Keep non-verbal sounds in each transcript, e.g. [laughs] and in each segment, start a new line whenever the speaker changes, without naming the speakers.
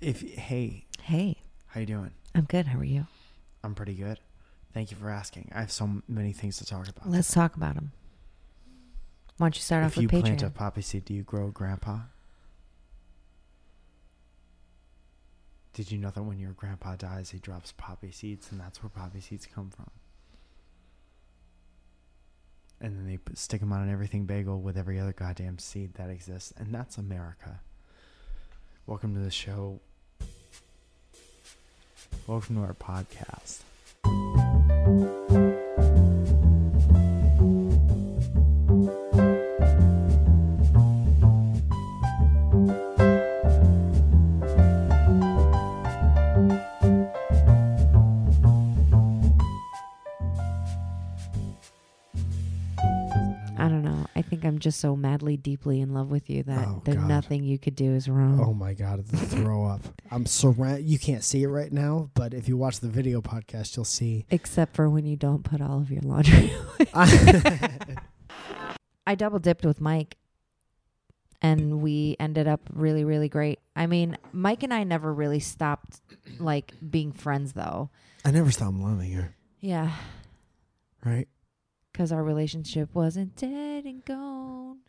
If hey,
Hey,
how you doing?
I'm good. How are you?
I'm pretty good. Thank you for asking. I have so many things to talk about.
Let's talk about them. Why don't you start
if
off
you
with
plant a
Patreon?
poppy seed, do you grow a grandpa? Did you know that when your grandpa dies, he drops poppy seeds, and that's where poppy seeds come from? And then they put- stick them on an everything bagel with every other goddamn seed that exists, and that's America. Welcome to the show. Welcome to our podcast.
I don't know. I think I'm just so madly, deeply in love with you that
Oh,
there's
God.
nothing you could do is wrong.
Oh my god, the throw up. I'm surround you can't see it right now, but if you watch the video podcast, you'll see. [laughs]
Except for when you don't put all of your laundry. [laughs]
I-
I double dipped with Mike, and we ended up really, really great. I mean, Mike and I never really stopped like being friends, though.
I never stopped loving her,
Yeah,
right?
because our relationship wasn't dead
[laughs]
and gone.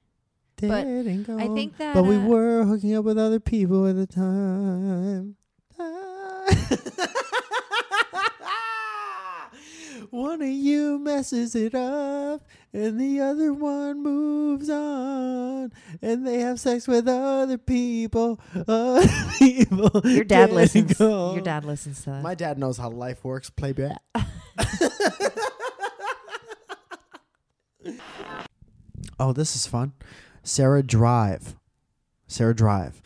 But
Dead and gone.
I think that.
But we
uh,
were hooking up with other people at the time. [laughs] one of you messes it up, and the other one moves on, and they have sex with other people. [laughs] Other people.
Your dad
Dead
listens.
gone.
Your dad listens to that.
My dad knows how life works. Play
[laughs]
back. oh, this is fun. Sarah Drive. Sarah Drive.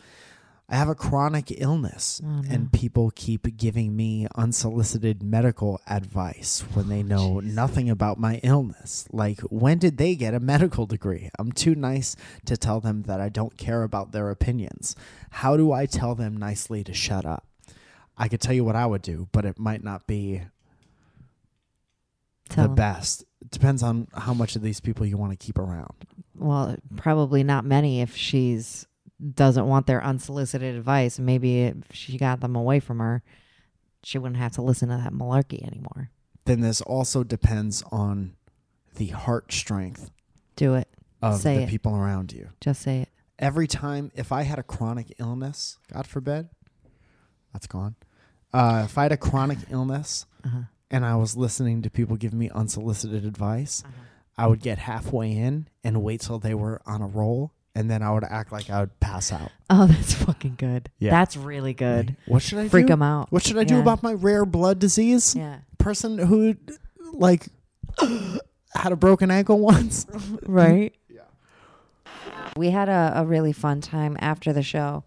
I have a chronic illness,
Oh, no.
and people keep giving me unsolicited medical advice when they know nothing about my illness. Like, when did they get a medical degree? I'm too nice to tell them that I don't care about their opinions. How do I tell them nicely to shut up? I could tell you what I would do, but it might not be
Tell
the
him.
best. It depends on how much of these people you want to keep around.
Well, probably not many if she's doesn't want their unsolicited advice. Maybe if she got them away from her, she wouldn't have to listen to that malarkey anymore.
Then this also depends on the heart strength
Do it.
of
Say
the
it.
people around you.
Just say it.
Every time, if I had a chronic illness, God forbid, that's gone. Uh, if I had a chronic illness
Uh-huh. [laughs]
and I was listening to people give me unsolicited advice,
Uh-huh.
I would get halfway in and wait till they were on a roll, and then I would act like I would pass out.
Oh, that's fucking good.
Yeah.
That's really good.
What should I
Freak
do?
them out.
What should I do
Yeah.
about my rare blood disease?
Yeah.
Person who, like, [gasps] had a broken ankle
[laughs]
once.
Right? yeah. We had a, a really fun time after the show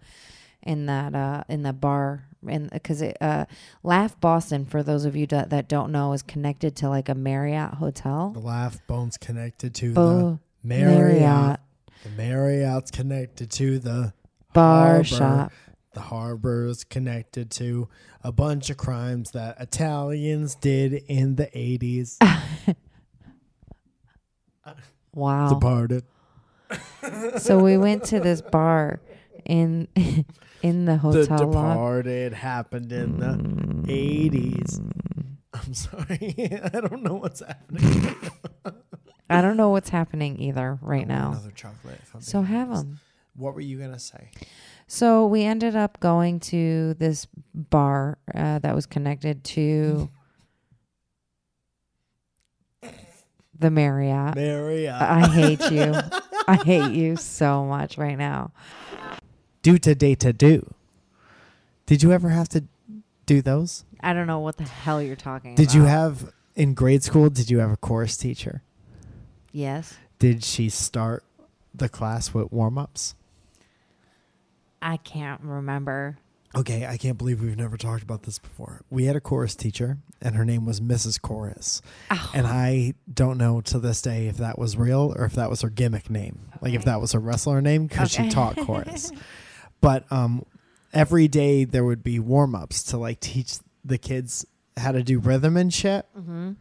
in that uh in the bar and because it uh laugh boston for those of you that, that don't know is connected to like a marriott hotel
The laugh bone's connected to
Bo-
the
Marriott,
Marriott. The Marriott's connected to the
bar
harbor.
shop.
The harbor's connected to a bunch of crimes that Italians did in the 80s.
Wow.
Departed.
so we went to this bar in [laughs] in the
The
hotel lobby. Mm.
Departed happened in the 80s. I'm sorry. [laughs] I don't know what's happening.
I don't know what's happening either right now.
Another chocolate. if I'm
So
being
have
honest.
them.
What were you going to say?
So we ended up going to this bar uh, that was connected to the Marriott.
Marriott.
I hate you. I hate you so much right now.
do to day to do. Did you ever have to do those?
I don't know what the hell you're talking about.
Did you have in grade school? Did you have a chorus teacher?
Yes.
Did she start the class with warm ups?
I can't remember.
Okay, I can't believe we've never talked about this before. We had a chorus teacher, and her name was Mrs. Chorus. And I don't know to this day if that was real or if that was her gimmick name, like if
Okay.
that was her wrestler name, because
Okay.
she
[laughs]
taught chorus. but um, every day there would be warm ups to like teach the kids how to do rhythm and shit.
Mm-hmm.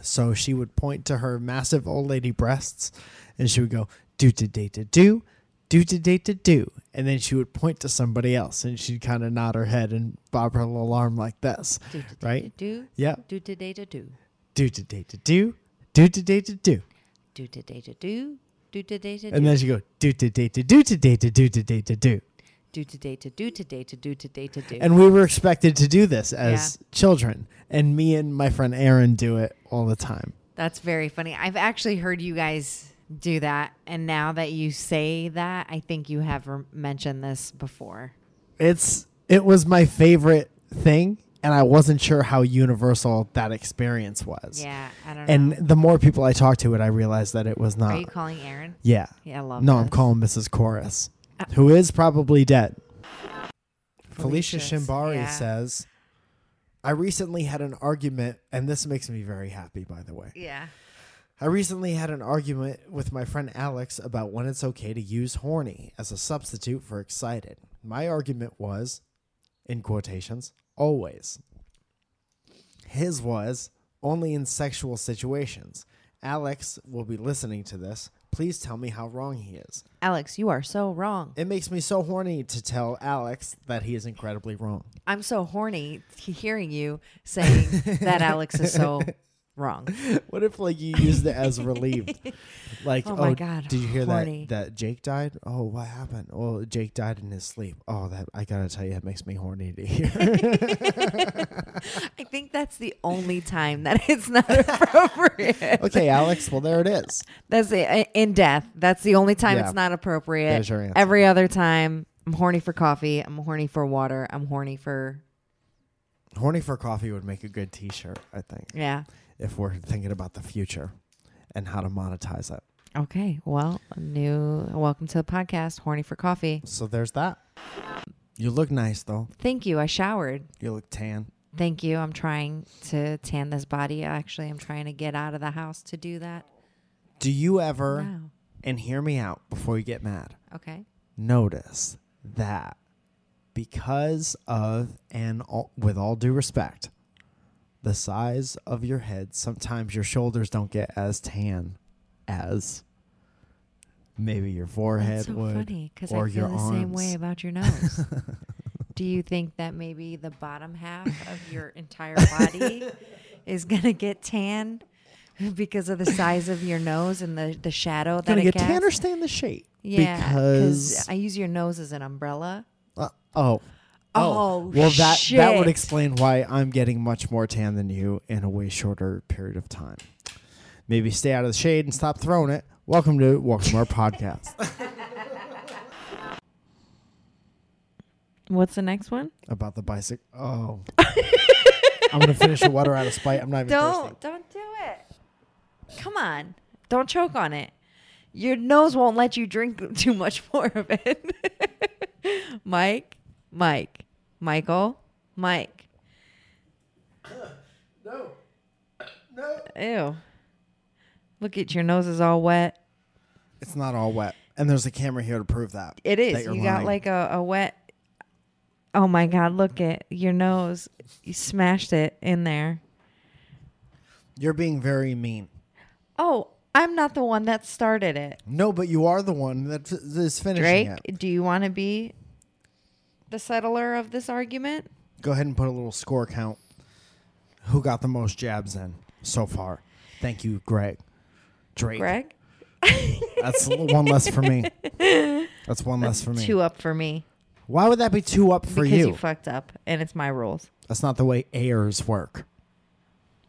So she would point to her massive old lady breasts and she would go, do to day to do, do to date to do. And then she would point to somebody else and she'd kind of nod her head and bob her little arm like this.
Do, do,
Right?
Do,
Yeah.
do, do, do, do, do.
Do to date to do. Do to date to do.
Do, do, do, do, do. Do, do, do, do,
And then
do.
she go do to date to do to date to do to date to do.
Do, do, do, do, do, do, do, do, do, do, do, do.
And we were expected to do this as children. And me and my friend Aaron do it all the time.
That's very funny. I've actually heard you guys do that. And now that you say that, I think you have rem- mentioned this before.
It's it was my favorite thing and I wasn't sure how universal that experience was.
Yeah. I don't
And
know.
the more people I talked to it, I realized that it was not.
Are you calling Aaron?
yeah.
Yeah, I love
No, I'm
this.
calling Mrs. Chorus, who is probably dead. Felicia,
Felicia's,
Shimbari
yeah.
says, I recently had an argument, and this makes me very happy, by the way.
Yeah.
I recently had an argument with my friend Alex about when it's okay to use horny as a substitute for excited. My argument was, in quotations, always. His was, only in sexual situations. Alex will be listening to this. Please tell me how wrong he is.
Alex, you are so wrong.
It makes me so horny to tell Alex that he is incredibly wrong.
I'm so horny t- hearing you saying that Alex is so wrong.
[laughs] What if like you used it as relieved? [laughs] Like, oh,
Oh my God,
did you hear
horny.
that that Jake died? Oh, what happened? Oh, Jake died in his sleep. Oh, that I gotta tell you, it makes me horny to
[laughs]
hear.
I think that's the only time that it's not appropriate.
okay, Alex. Well, there it
[laughs]
is.
That's it. I- In death, that's the only time
Yeah.
it's not appropriate.
There's your answer.
Every other time, I'm horny for coffee. I'm horny for water. I'm horny for
Horny for coffee would make a good T-shirt, I think,
yeah.
if we're thinking about the future and how to monetize it.
Okay. Well, new welcome to the podcast. Horny for coffee.
So there's that. You look nice though.
Thank you. I showered.
You look tan.
Thank you. I'm trying to tan this body. Actually, I'm trying to get out of the house to do that.
Do you ever?
Wow.
And hear me out before you get mad.
Okay.
notice that because of and all, with all due respect the size of your head sometimes your shoulders don't get as tan as maybe your forehead
That's so
would
funny because I
or
feel
your
the same way
arms.
about
[laughs]
your nose. Do you think that maybe the bottom half of your entire
[laughs]
body is gonna get tan because of the size of your nose and the, the shadow that
gonna
it
get tan or
casts?
stay in the shape
Yeah,
because
I use your nose as an umbrella.
uh, oh
Oh,
well that that
shit.
would explain why I'm getting much more tan than you in a way shorter period of time. Maybe stay out of the shade and stop throwing it. Welcome to welcome our podcast.
What's the next one?
about the bicycle.
[laughs]
Oh. I'm gonna finish the water out of spite. I'm not even thirsty.
Don't don't do it. Come on, don't choke on it. Your nose won't let you drink [laughs] too much more of it. [laughs] Mike, Mike, Michael, Mike. No. No. Ew. Look at your nose is all wet.
It's not all wet, and there's a camera here to prove that.
It
that
is.
you're
You got
lying.
like a, a wet. Oh my God! Look at your nose. You smashed it in there.
you're being very mean.
Oh, I'm not the one that started it.
No, but you are the one that f- is finishing
Drake,
it.
do you want to be the settler of this argument?
Go ahead and put a little score count. Who got the most jabs in so far? Thank you, Greg. Drake.
Greg,
That's l- one less for
[laughs]
me. That's one less for me.
two up for me
Why would that be two up for
because
you?
you. fucked up, and it's my rules,
That's not the way airs work.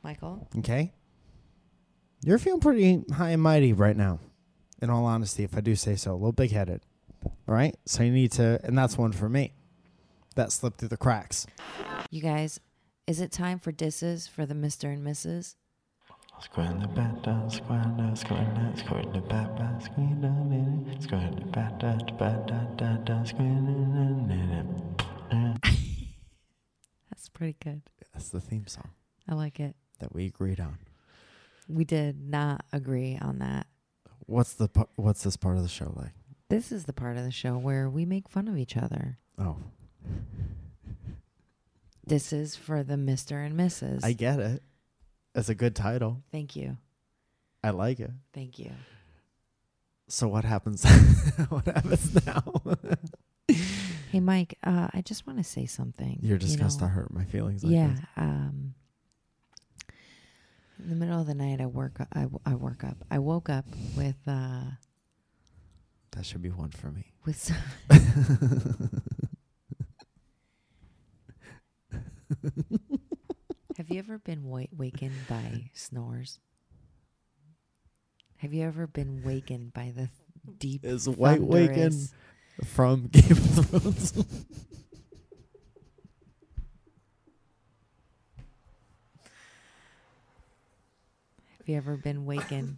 Michael.
Okay. You're feeling pretty high and mighty right now, in all honesty, if I do say so. A little big headed. All right. So you need to, and that's one for me. That slipped through the cracks.
You guys, is it time for disses for the Mister and Mrs.?
Squirting the bat down, squirting down, squirting down, squirting the bat down, squirting down, in it. Squirting the bat down, the bat down, down, down, squirting down, in it.
That's pretty good.
That's the theme song
I like it.
that we agreed on.
We did not agree on that.
What's the pa- what's this part of the show like?
This is the part of the show where we make fun of each other.
Oh,
This is for the Mister and Mrs.
I get it. It's a good title.
Thank you.
I like it.
Thank you.
So what happens? [laughs] what happens now?
Hey, Mike, uh, I just want to say something.
[laughs] You're just
you
gonna start
know?
hurt my feelings. Like
Yeah.
this.
Um, in the middle of the night, I work. I, w- I work up. I woke up with uh,
that should be one for me. [laughs]
with some, Have you ever been wa- wakened by snores? Have you ever been wakened by the deep?
Is White Waken
thunderous-
from [laughs] Game of Thrones?
Have you ever been wakened?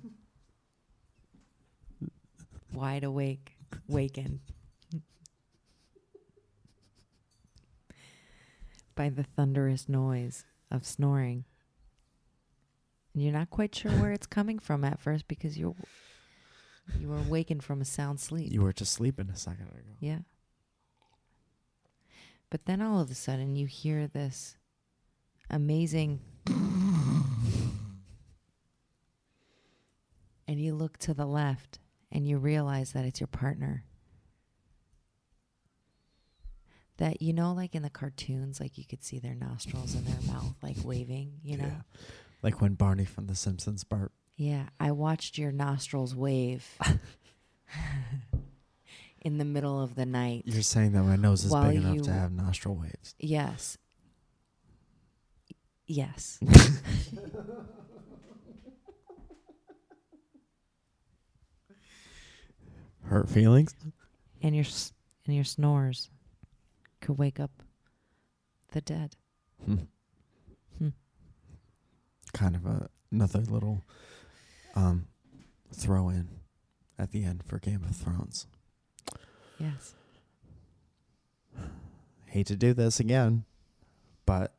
Wide awake, wakened by the thunderous noise of snoring. And you're not quite sure where it's coming from at first because you're you were wakened from a sound sleep.
you were just sleeping a second ago.
Yeah. But then all of a sudden you hear this amazing [laughs] and you look to the left and you realize that it's your partner. That you know like in the cartoons like you could see their nostrils and their mouth like waving, you know.
Like when Barney from The Simpsons barked.
Yeah, I watched your nostrils wave [laughs] in the middle of the night.
You're saying that my nose is
While
big enough
you-
to have nostril waves.
Yes. Yes.
Hurt feelings?
and your s- and your snores could wake up the dead.
Hmm.
Hmm.
Kind of a, another little um, throw in at the end for Game of Thrones.
Yes.
Hate to do this again, but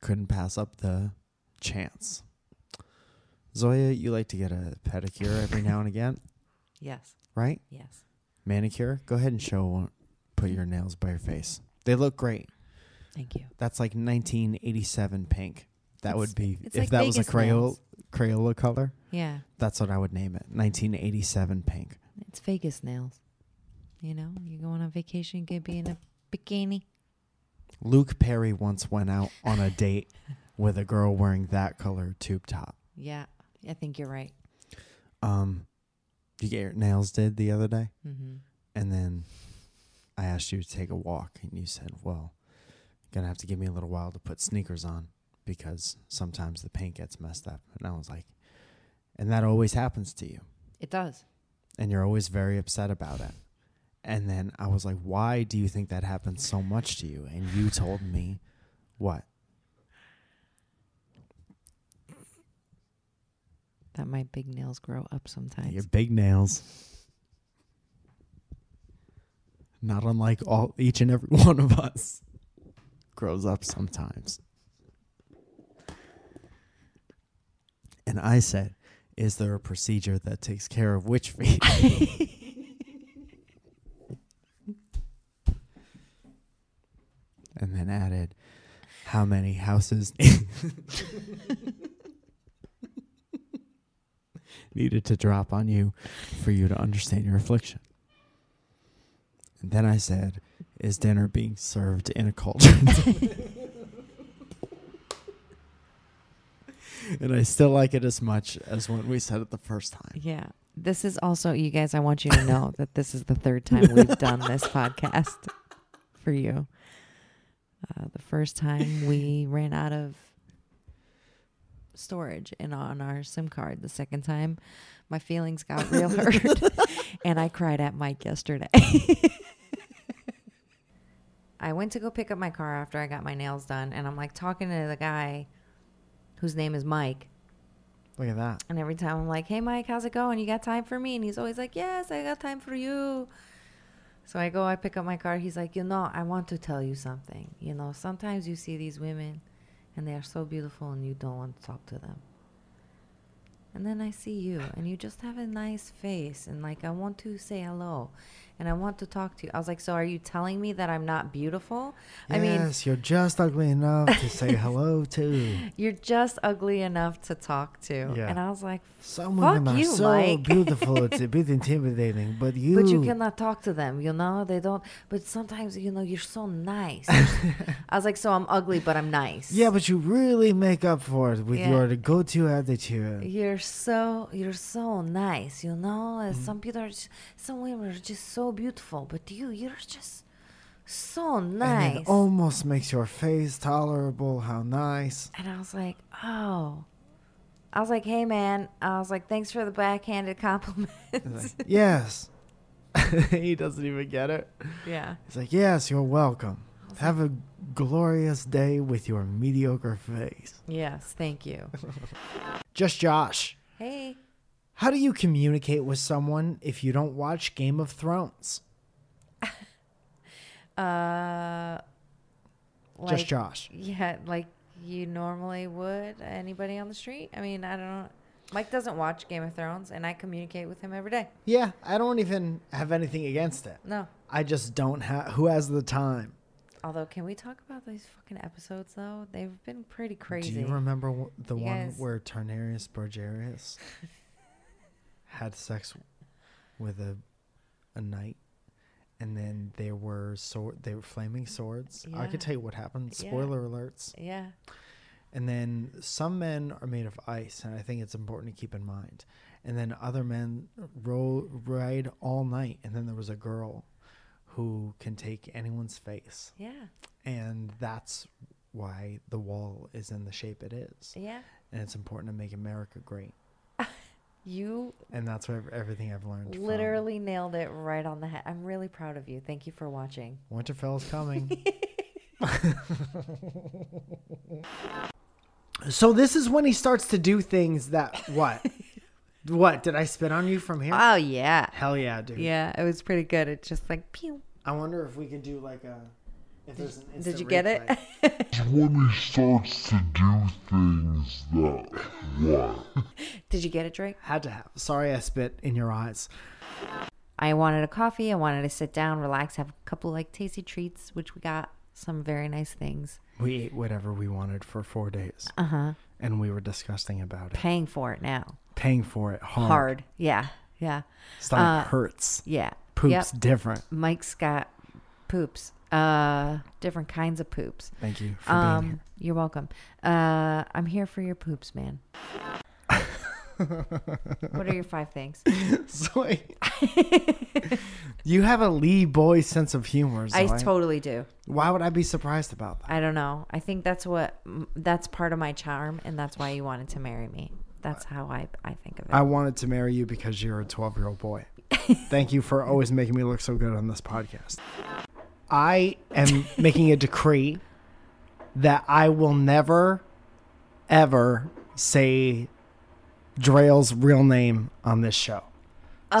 couldn't pass up the chance. Zoya, you like to get a pedicure every now and again,
Yes.
right?
Yes.
manicure, go ahead and show put your nails by your face. They look great.
Thank you.
That's like 1987 pink. That would be
it's
if
like
that was a
Vegas
Crayola
nails.
Crayola color.
Yeah.
That's what I would name it. 1987 pink.
It's Vegas nails. You know, you're going on vacation, you could be in a bikini.
Luke Perry once went out
[laughs]
on a date with a girl wearing that color tube top.
Yeah. I think you're right.
Um, you get your nails did the other day,
Mm-hmm.
and then I asked you to take a walk, and you said, "Well, you're gonna have to give me a little while to put sneakers on because sometimes the paint gets messed up." And I was like, "And that always happens to you,
It does.
and you're always very upset about it." And then I was like, "Why do you think that happens so much to you?" And you told me, "What?
That my big nails grow up sometimes.
Your big nails." Not unlike all each and every [laughs] one of us grows up sometimes. And I said, Is there a procedure that takes care of witch feet? and then added, How many houses [laughs] needed to drop on you for you to understand your affliction? And then I said, Is dinner being served in a cauldron? [laughs] and I still like it as much as when we said it the first time.
Yeah. This is also, you guys, I want you to know that this is the third time we've done this podcast for you. Uh, the first time we ran out of storage in on our SIM card. The second time, my feelings got real hurt, and I cried at Mike yesterday. [laughs] I went to go pick up my car after I got my nails done, and I'm like talking to the guy whose name is Mike.
Look at that.
And every time I'm like, hey, Mike, how's it going? You got time for me? And he's always like, yes, I got time for you. So I go, I pick up my car. He's like, you know, I want to tell you something. You know, sometimes you see these women and they are so beautiful and you don't want to talk to them. And then I see you, and you just have a nice face, and like, I want to say hello, and I want to talk to you. I was like, So are you telling me that I'm not beautiful? I mean,
yes, you're just ugly enough to
[laughs]
say hello to.
you're just ugly enough to talk to.
Yeah.
And I was like,
Some women
Fuck
are
you,
so
Mike. [laughs]
beautiful, it's a bit intimidating, but you.
But you cannot talk to them, you know? They don't. But sometimes, you know, you're so
[laughs]
nice. I was like, So I'm ugly, but I'm nice.
[laughs] Yeah, but you really make up for it with
Yeah.
your go to attitude.
You're so you're so nice, you know. Uh,
Mm.
Some people are, just, some women are just so beautiful, but you you're just so nice.
And oh it almost makes your face tolerable. How nice.
And I was like, oh. I was like, hey man. I was like, thanks for the backhanded
[laughs]
compliments. [laughs]
yes. [laughs] he doesn't even get it.
yeah.
He's like, Yes, you're welcome. Have a glorious day with your mediocre face.
Yes. Thank
[laughs]
you.
Just Josh.
hey.
How do you communicate with someone if you don't watch Game of Thrones?
Uh. Like,
Just Josh.
Yeah, like you normally would anybody on the street. I mean, I don't know. Mike doesn't watch Game of Thrones, and I communicate with him every day.
Yeah, I don't even have anything against it.
No.
I just don't have. Who has the time?
Although, can we talk about these fucking episodes though? They've been pretty crazy.
Do you remember w- the
You
one
guys-
where Tarnarius Bargarius
[laughs]
had sex with a a knight, and then they were sword they were flaming swords. I
Yeah.
could tell you what happened.
Yeah.
Spoiler alerts.
yeah.
And then some men are made of ice, and I think it's important to keep in mind. And then other men roll ride all night, and then there was a girl who can take anyone's face,
Yeah.
and that's why the wall is in the shape it is
Yeah.
and it's important to make America great.
You
And that's where everything I've learned. from
literally nailed it right on the head. I'm really proud of you. Thank you for watching.
Winterfell's
[laughs]
coming. so this is when he starts to do things that what? what did I spit on you from here?
Oh yeah.
Hell yeah, dude.
Yeah, it was pretty good. It's just like pew.
I wonder if we could do like a. If there's an
Did
instant
you get it?
replay.
when he starts to do things that what?
[laughs] Did you get it, Drake?
Had to have. Sorry, I spit in your eyes.
I wanted a coffee. I wanted to sit down, relax, have a couple like tasty treats, which we got some very nice things.
We ate whatever we wanted for four days,
Uh huh.
and we were disgusting about it,
Paying for it now.
paying for it hard.
Hard. Yeah. Yeah.
Stomach
Uh,
hurts.
Yeah. Yep.
Poops different.
Mike's got poops. Uh, different kinds of poops.
Thank you for being here.
Um, you're welcome. Uh, I'm here for your poops, man. what are your five
[laughs]
things?
Zoe. [laughs] you have a Lee boy sense of humor. Zoe.
I totally do.
Why would I be surprised about that?
I don't know. I think that's what mm, that's part of my charm, and that's why you wanted to marry me. That's how I I think of it.
I wanted to marry you because you're a 12 year old boy. Thank you for always making me look so good on this podcast. I am making a decree that I will never, ever say Drail's real name on this show.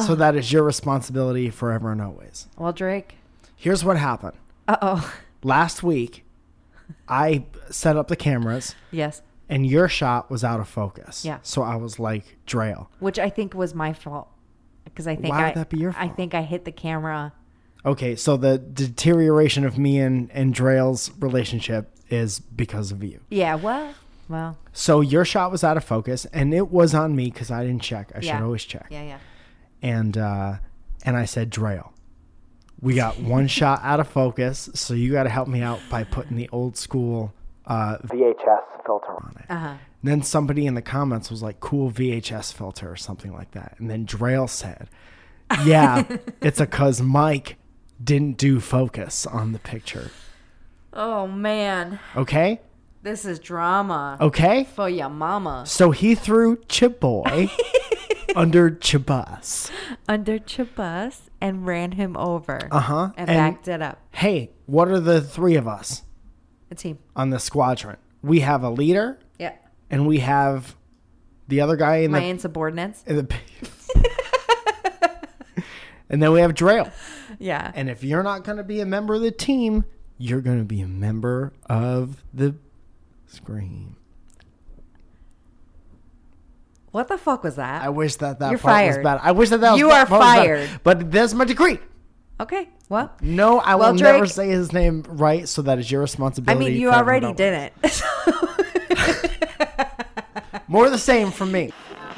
So that is your responsibility forever and always.
well, Drake.
Here's what happened.
Uh oh.
last week I set up the cameras
[laughs] yes.
and your shot was out of focus.
Yeah.
So I was like, Drail.
Which I think was my fault because I think
Why
I,
would that be your
I
fault?
think I hit the camera.
Okay, so the deterioration of me and, and Drail's relationship is because of you.
Yeah. Well. Well.
So your shot was out of focus and it was on me because I didn't check. I
Yeah.
should always check.
Yeah. Yeah.
And uh and I said, Drail. We got [laughs] one shot out of focus, so you gotta help me out by putting the old school uh VHS filter on it.
Uh huh.
And then somebody in the comments was like, cool VHS filter or something like that. And then Drail said, yeah, it's a cause Mike didn't do focus on the picture.
Oh man,
Okay?
this is drama
Okay?
for your mama.
So he threw Chiboy under Chibas.
Under Chabas and ran him over.
Uh huh.
And, backed it up.
hey, what are the three of us
A team.
on the squadron? We have a leader
Yeah.
and we have the other guy in
My
the.
insubordinates.
In the [laughs] and then we have Drail.
Yeah.
And if you're not going to be a member of the team, you're going to be a member of the scream.
What the fuck was that?
I wish that that
You're
part
fired.
was better. I wish that that was
You
that
are
part was better.
fired.
But that's my degree.
okay, well,
No, I
Well,
will
Drake-
never say his name right, so that is
I
your responsibility.
mean, you
for everyone
already did
else.
it.
More of the same from me.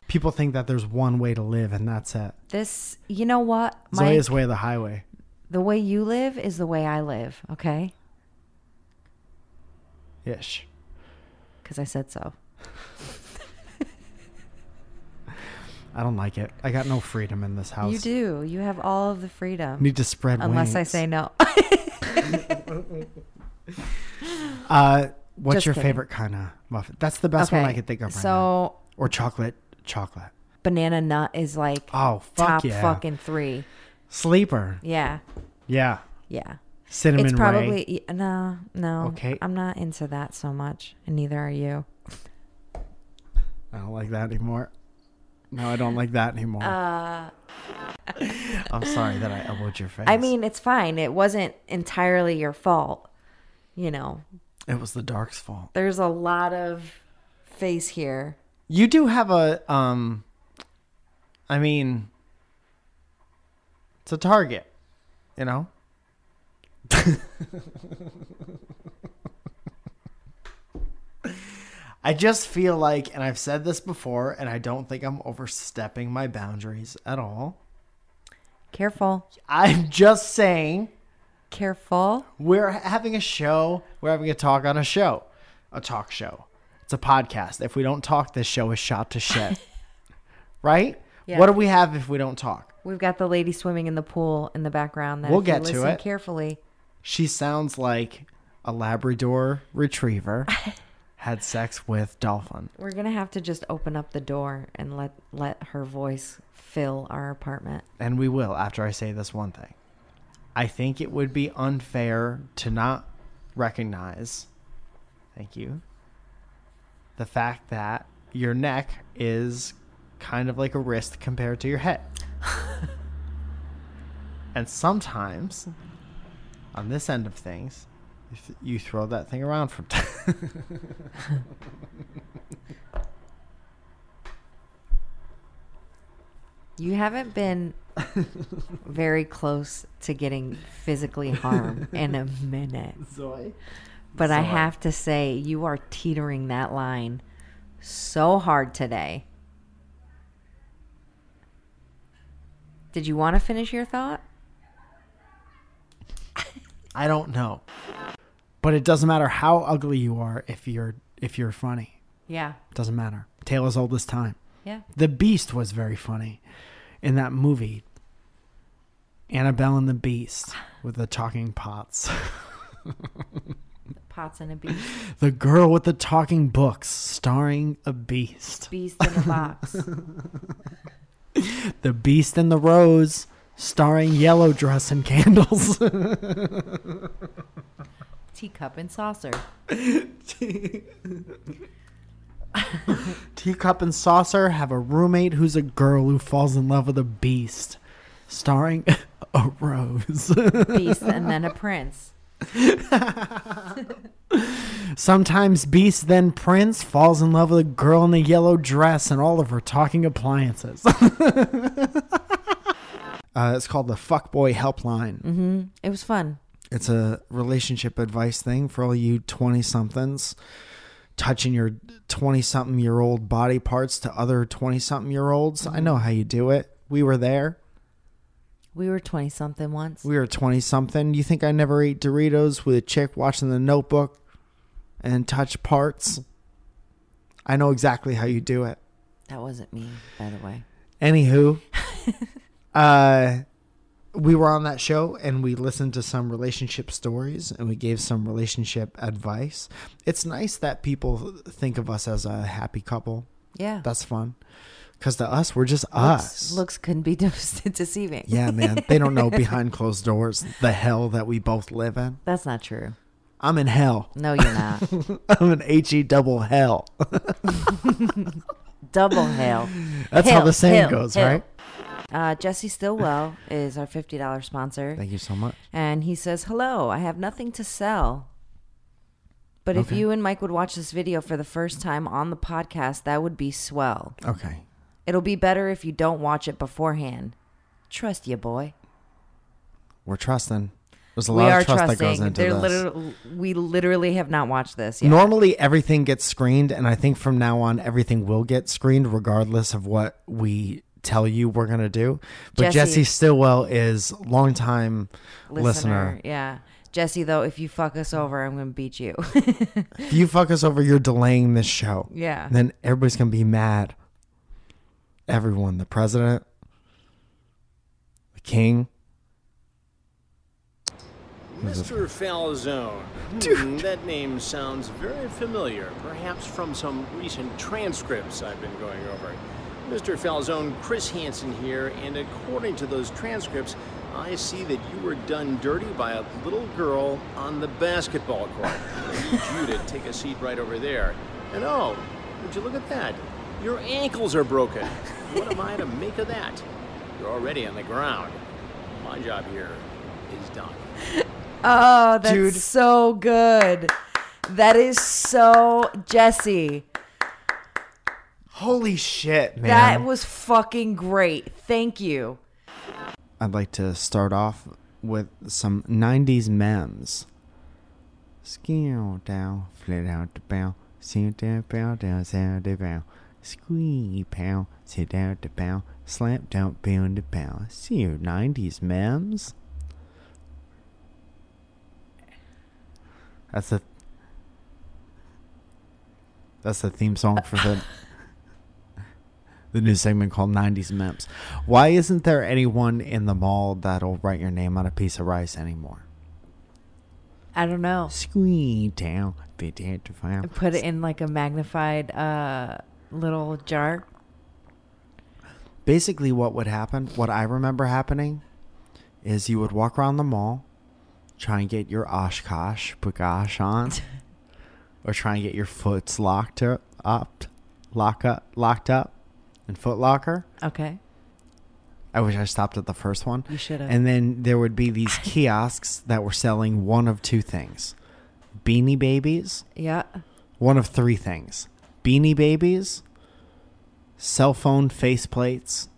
People think that there's one way to live, and that's it.
[laughs] this, you know what, Mike?
Zoya's way of the highway.
The way you live is the way I live, okay?
Ish.
Because I said so.
I don't like it. I got no freedom in this house.
You do. You have all of the freedom,
Need to spread
unless I
wings.
say no.
Uh, what's
Just
your
kidding.
favorite kind of muffin? That's the best one
[laughs]
I
Okay,
could think of. Right now.
so
or chocolate, chocolate.
banana nut is like
Oh fuck
top
yeah!
fucking three.
Sleeper.
Yeah,
Yeah.
yeah.
Cinnamon
it's
ray.
probably y- no, no.
Okay.
I'm not into that so much, and neither are you.
I don't like that anymore. No, I don't like that anymore.
Uh,
I'm sorry that I elbowed your face.
I mean, it's fine. It wasn't entirely your fault. You know,
it was the dark's fault.
there's a lot of face here.
You do have a um I mean it's a target, you know? I just feel like and I've said this before and I don't think I'm overstepping my boundaries at all.
Careful,
I'm just saying
careful.
we're having a show. We're having a talk on a show, a talk show. It's a podcast. If we don't talk, this show is shot to shit. right?
Yeah.
What do we have if we don't talk?
We've got the lady swimming in the pool in the background. That
We'll
if you
get to
listen
it.
carefully.
She sounds like a Labrador retriever had sex with dolphin.
We're gonna have to just open up the door and let let her voice fill our apartment.
And we will after I say this one thing. I think it would be unfair to not recognize, thank you, the fact that your neck is kind of like a wrist compared to your head. and sometimes, on this end of things, if you throw that thing around from time.
You haven't [laughs] been very close to getting physically harmed in [laughs] a minute. But I have to say, you are teetering that line so hard today. Did you want to finish your thought?
I don't know. But it doesn't matter how ugly you are if you're if you're funny.
Yeah.
Doesn't matter. Tale as old as time.
Yeah.
The Beast was very funny in that movie. Annabelle and the Beast with the talking pots. [laughs]
Pots and a beast.
the Girl with the Talking Books, starring a beast.
Beast in a [laughs] box.
The Beast and the Rose, starring Yellow Dress and [laughs] Candles.
Teacup and saucer.
Teacup and Saucer have a roommate who's a girl who falls in love with a beast, starring [laughs] a rose.
Beast and then a prince.
Sometimes Beast, then Prince, falls in love with a girl in a yellow dress and all of her talking appliances. [laughs] uh, it's called the Fuckboy Helpline.
It was fun.
It's a relationship advice thing for all you 20 somethings touching your 20 something year old body parts to other 20 something year olds.
Mm-hmm.
I know how you do it. We were there.
We were 20 something once.
We were 20 something. You think I never ate Doritos with a chick watching the notebook and touch parts? I know exactly how you do it.
That wasn't me, by the way.
Anywho, [laughs] uh, we were on that show and we listened to some relationship stories and we gave some relationship advice. It's nice that people think of us as a happy couple.
Yeah.
That's fun. Because to us, we're just
looks,
us.
looks couldn't be [laughs] deceiving.
Yeah, man. They don't know behind closed doors the hell that we both live in.
That's not true.
I'm in hell. [laughs]
No, you're not.
I'm an H E double hell.
Double hail.
That's how
Hail,
the saying
hail,
goes,
hail.
right?
Uh, Jesse Stillwell is our $50 sponsor.
Thank you so much.
And he says, Hello, I have nothing to sell. But if
Okay.
you and Mike would watch this video for the first time on the podcast, that would be swell.
Okay.
It'll be better if you don't watch it beforehand. Trust you, boy.
We're trusting. There's a
We
lot
are
of trust
trusting.
that goes into
They're
this.
literally, we literally have not watched this yet.
Normally, everything gets screened, and I think from now on, everything will get screened, regardless of what we tell you we're gonna do. But
Jesse-
Jesse, Stillwell is longtime
listener.
listener.
Yeah. Jesse, though, if you fuck us over, I'm going to beat you. [laughs]
If you fuck us over, you're delaying this show.
yeah.
Then everybody's gonna be mad. Everyone, the president, the king.
Mr. Falzone. Hmm, that name sounds very familiar, perhaps from some recent transcripts I've been going over. Mr. Falzone, Chris Hansen here, and according to those transcripts, I see that you were done dirty by a little girl on the basketball court. I need you to take a seat right over there. And oh, would you look at that? Your ankles are broken. What am I to make of that? You're already on the ground. My job here is done.
Oh, that's
Dude.
so good. That is so Jesse.
Holy shit, man.
That was fucking great. Thank you.
I'd like to start off with some 90s memes. Scale down, flit out the bow, sit down, bow down, sound the bow, squee pow, sit down the bow, slap down, pound the bow. See you 90s memes. That's a that's the theme song for the the new segment called 90s Memes. Why isn't there anyone in the mall that'll write your name on a piece of rice anymore?
I don't know.
Squee down, be down to fire.
Put it in like a magnified uh little
[laughs]
jar.
Basically, what would happen, what I remember happening, is you would walk around the mall, try and get your Oshkosh, Bagosh on,
[laughs]
or try and get your foots locked up, up, lock up, locked up in Foot Locker.
Okay.
I wish I stopped at the first one.
You should've.
And then there would be
[laughs]
these kiosks that were selling one of two things Beanie Babies,
Yeah.
one of three things Beanie Babies, cell phone faceplates,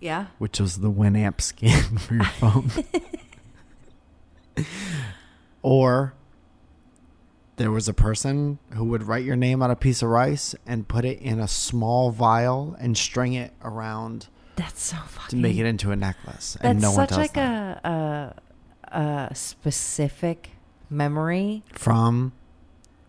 Yeah.
which was the Winamp skin [laughs] for your phone, or there was a person who would write your name on a piece of rice and put it in a small vial and string it around
[laughs] That's so
to
fucking
make it into a necklace.
That's
and no
such
one does
like
that.
a, a a specific memory.
from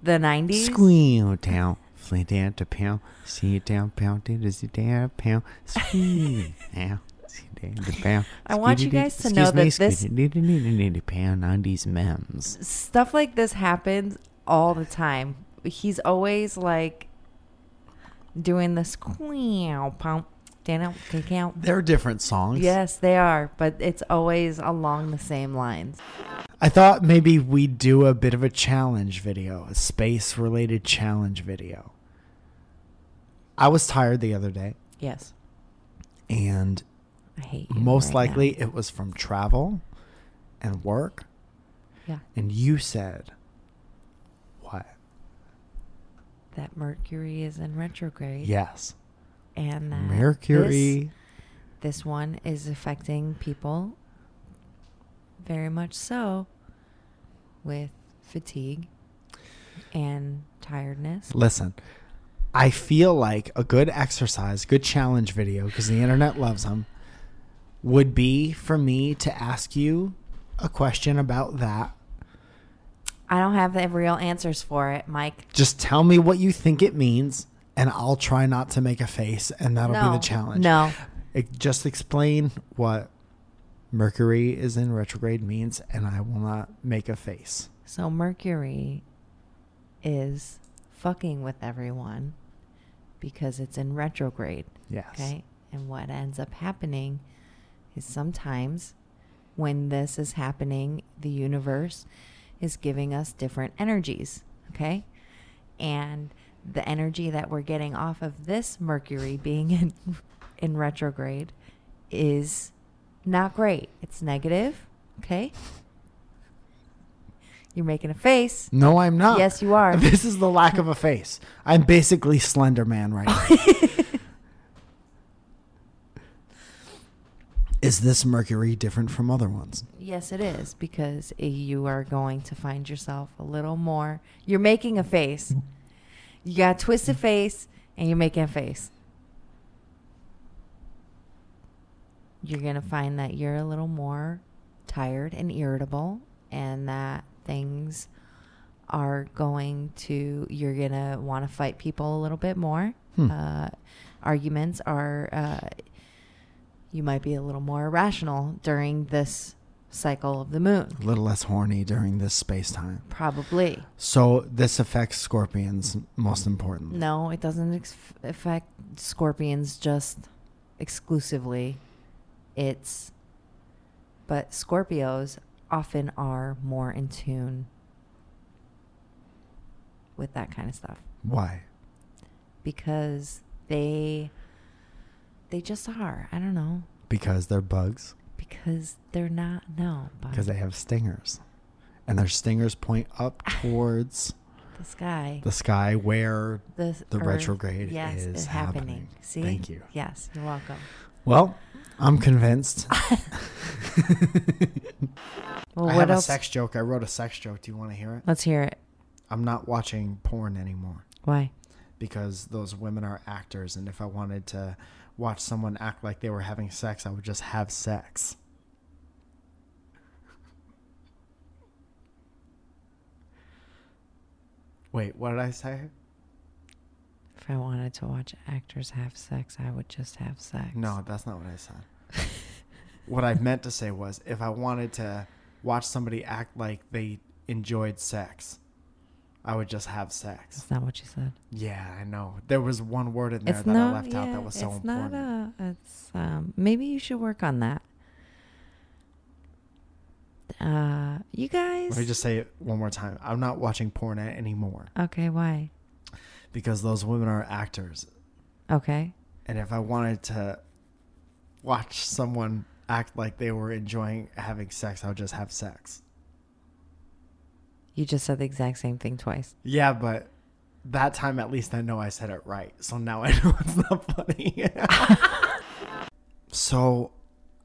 The nineties.
Squeal down, flint down to pound, see it down, pound it, is it down, pound, squeal down. see it down to pound.
I want you
Squeedy-dee-
guys to know
excuse me,
that this-
squeedy-dee-dee-dee-dee-dee pound 90s memes.
stuff like this happens all the time. He's always like doing this squeal pump. Daniel, kick out.
They're different songs.
Yes, they are, but it's always along the same lines.
I thought maybe we'd do a bit of a challenge video, a space related challenge video. I was tired the other day
Yes,
and
I hate you.
most
right
likely it was from travel and work.
now. yeah,
And you said, What?
that Mercury is in retrograde.
Yes.
and uh, that
Mercury.
This, this one is affecting people very much so with fatigue and tiredness.
Listen, I feel like a good exercise, good challenge video, because the internet loves them, would be for me to ask you a question about that.
I don't have the real answers for it, Mike.
Just tell me what you think it means, and I'll try not to make a face, and that'll
no.
be the challenge.
No.
Ex- just explain what Mercury is in retrograde means, and I will not make a face.
So Mercury is fucking with everyone because it's in retrograde.
Yes.
Okay. And what ends up happening is sometimes when this is happening, the universe is giving us different energies. Okay. And the energy that we're getting off of this Mercury being in, [laughs] in retrograde is not great. It's negative. Okay. You're making a face.
No, I'm not.
Yes, you
[laughs]
are.
This is the lack of a face. I'm basically Slender Man
[laughs]
right now. is this Mercury different from other ones?
Yes, it is because you are going to find yourself a little more. You're making a face. You got a twisted face, and you're making a face. You're gonna find that you're a little more tired and irritable, and that things are going to. You're gonna want to fight people a little bit more. Uh, arguments are. Uh, you might be a little more irrational during this cycle of the moon.
A little less horny during this space time.
Probably.
So this affects scorpions most importantly.
No, it doesn't ex- affect scorpions just exclusively. It's. But Scorpios often are more in tune with that kind of stuff
Why?
because they they just are. I don't know
Because they're bugs.
because they're not no Bob.
Because they have stingers, and their stingers point
[laughs]
up towards
the sky
the sky where
the,
the
earth,
retrograde
yes,
is
is happening.
happening.
See?
Thank you.
Yes, you're welcome.
Well, I'm
[laughs]
convinced.
Well, what
I have
else?
a sex joke. I wrote a sex joke. Do you want to hear it?
Let's hear it.
I'm not watching porn anymore
Why?
because those women are actors, and if I wanted to watch someone act like they were having sex, I would just have sex. Wait, what did I say?
If I wanted to watch actors have sex, I would just have sex.
No, that's not what I said. what I meant to say was if I wanted to watch somebody act like they enjoyed sex, I would just have
[laughs]
sex.
that's not what you said.
Yeah, I know. There was one word in there
it's
that
not.
I left out
yeah,
that was so
it's
important.
not a. It's um. Maybe you should work on that. Uh, you guys.
Let me just say it one more time. I'm not watching porn a- anymore
okay. Why?
because those women are actors.
Okay.
And if I wanted to watch someone act like they were enjoying having sex, I would just have sex.
You just said the exact same thing twice.
Yeah, but that time at least I know I said it right. So now I [laughs] know it's not funny. [laughs] so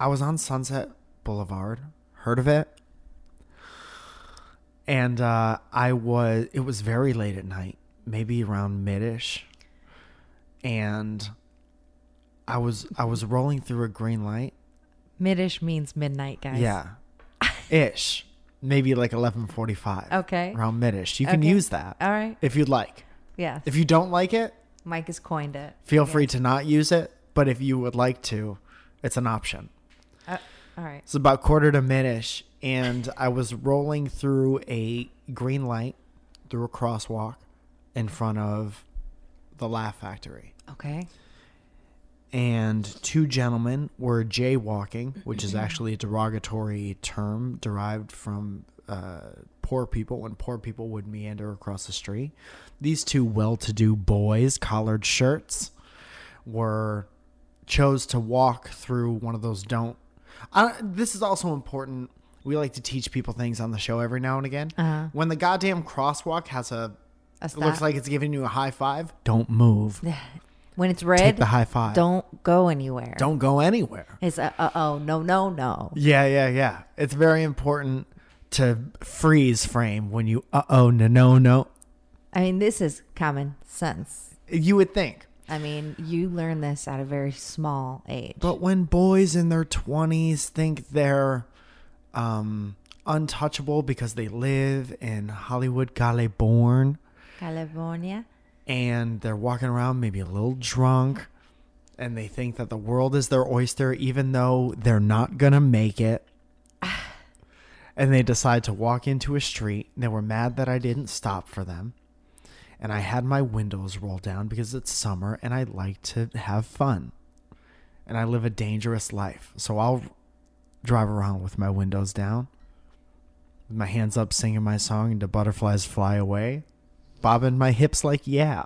I was on Sunset Boulevard, heard of it. And uh, I was, it was very late at night, maybe around midish, And I was, I was rolling through a green light.
Midish means midnight, guys.
Yeah. Ish. Maybe like 1145.
Okay.
Around midish. You can
Okay.
use that.
All right.
If you'd like.
Yes.
If you don't like it,
Mike has coined it.
feel free to not use it. But if you would like to, it's an option.
Uh, all right.
It's about quarter to mid-ish, and I was rolling through a green light through a crosswalk in front of the Laugh Factory.
Okay.
And two gentlemen were jaywalking, which
Mm-hmm.
is actually a derogatory term derived from uh, poor people when poor people would meander across the street. These two well to do boys, collared shirts, were chose to walk through one of those don't. I, this is also important. We like to teach people things on the show every now and again.
Uh-huh.
When the goddamn crosswalk has a,
A
it looks
stop.
like it's giving you a high five. Don't move.
When it's red,
Take the high five.
don't go anywhere.
Don't go anywhere.
It's uh oh no no no.
Yeah, yeah, yeah. It's very important to freeze frame when you uh oh no no no.
I mean, this is common sense.
You would think.
I mean, you learn this at a very small age.
But when boys in their twenties think they're um untouchable because they live in Hollywood Caliborn
California.
and they're walking around maybe a little drunk and they think that the world is their oyster even though they're not gonna make it. [sighs] and they decide to walk into a street. And they were mad that I didn't stop for them. And I had my windows rolled down because it's summer and I like to have fun. And I live a dangerous life. So I'll drive around with my windows down, with my hands up, singing my song into Butterflies Fly Away, bobbing my hips like, [laughs] yeah.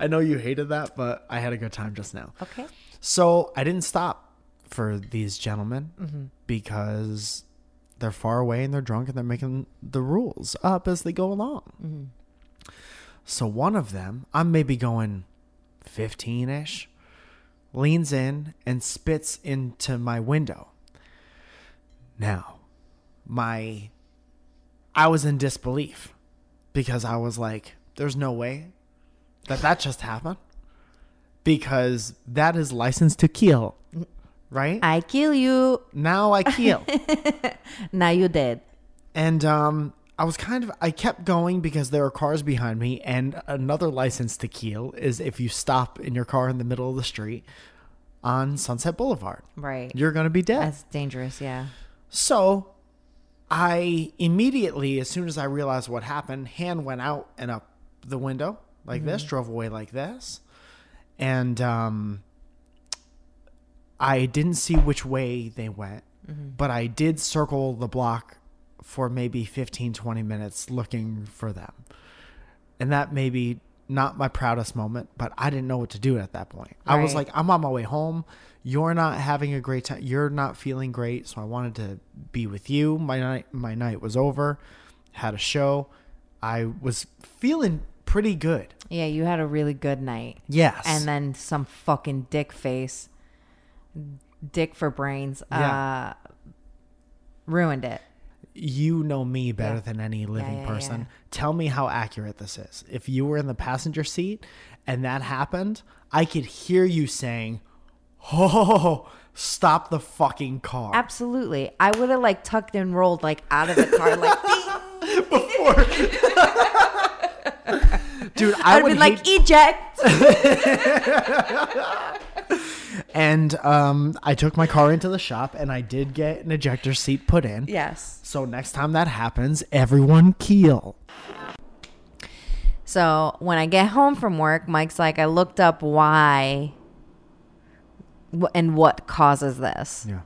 I know you hated that, but I had a good time just now.
Okay.
So I didn't stop. for these gentlemen because they're far away and they're drunk and they're making the rules up as they go along. So one of them, I'm maybe going 15 ish, leans in and spits into my window. Now, my I was in disbelief because I was like, there's no way that that just happened because that is license to kill, right?
I kill you.
now I kill.
Now you dead.
and um, I was kind of, I kept going because there are cars behind me. And another license to kill is if you stop in your car in the middle of the street on Sunset Boulevard,
Right.
you're going to be dead.
That's dangerous. Yeah.
So I immediately, as soon as I realized what happened, hand went out and up the window like this, drove away like this. And um, I didn't see which way they went, but I did circle the block for maybe 15, 20 minutes looking for them. And that may be not my proudest moment, but I didn't know what to do at that point. I was
Right.
like, I'm on my way home. You're not having a great time. You're not feeling great. So I wanted to be with you. My night, my night was over. Had a show. I was feeling pretty good.
Yeah. You had a really good night.
Yes.
And then some fucking dick face, dick for brains, uh,
Yeah.
ruined it.
you know me better
Yeah.
than any living
yeah, yeah,
person.
yeah.
Tell me how accurate this is. If you were in the passenger seat and that happened, I could hear you saying, "Oh, stop the fucking car."
Absolutely. I would have like tucked and rolled like out of the car.
[laughs]
Like, [laughs]
Dude, I
I'd
would
been like,
hate-
eject.
[laughs] and um I took my car into the shop and I did get an ejector seat put in.
yes.
So next time that happens, everyone keel.
So when I get home from work, Mike's like, I looked up why wh- and what causes this.
Yeah.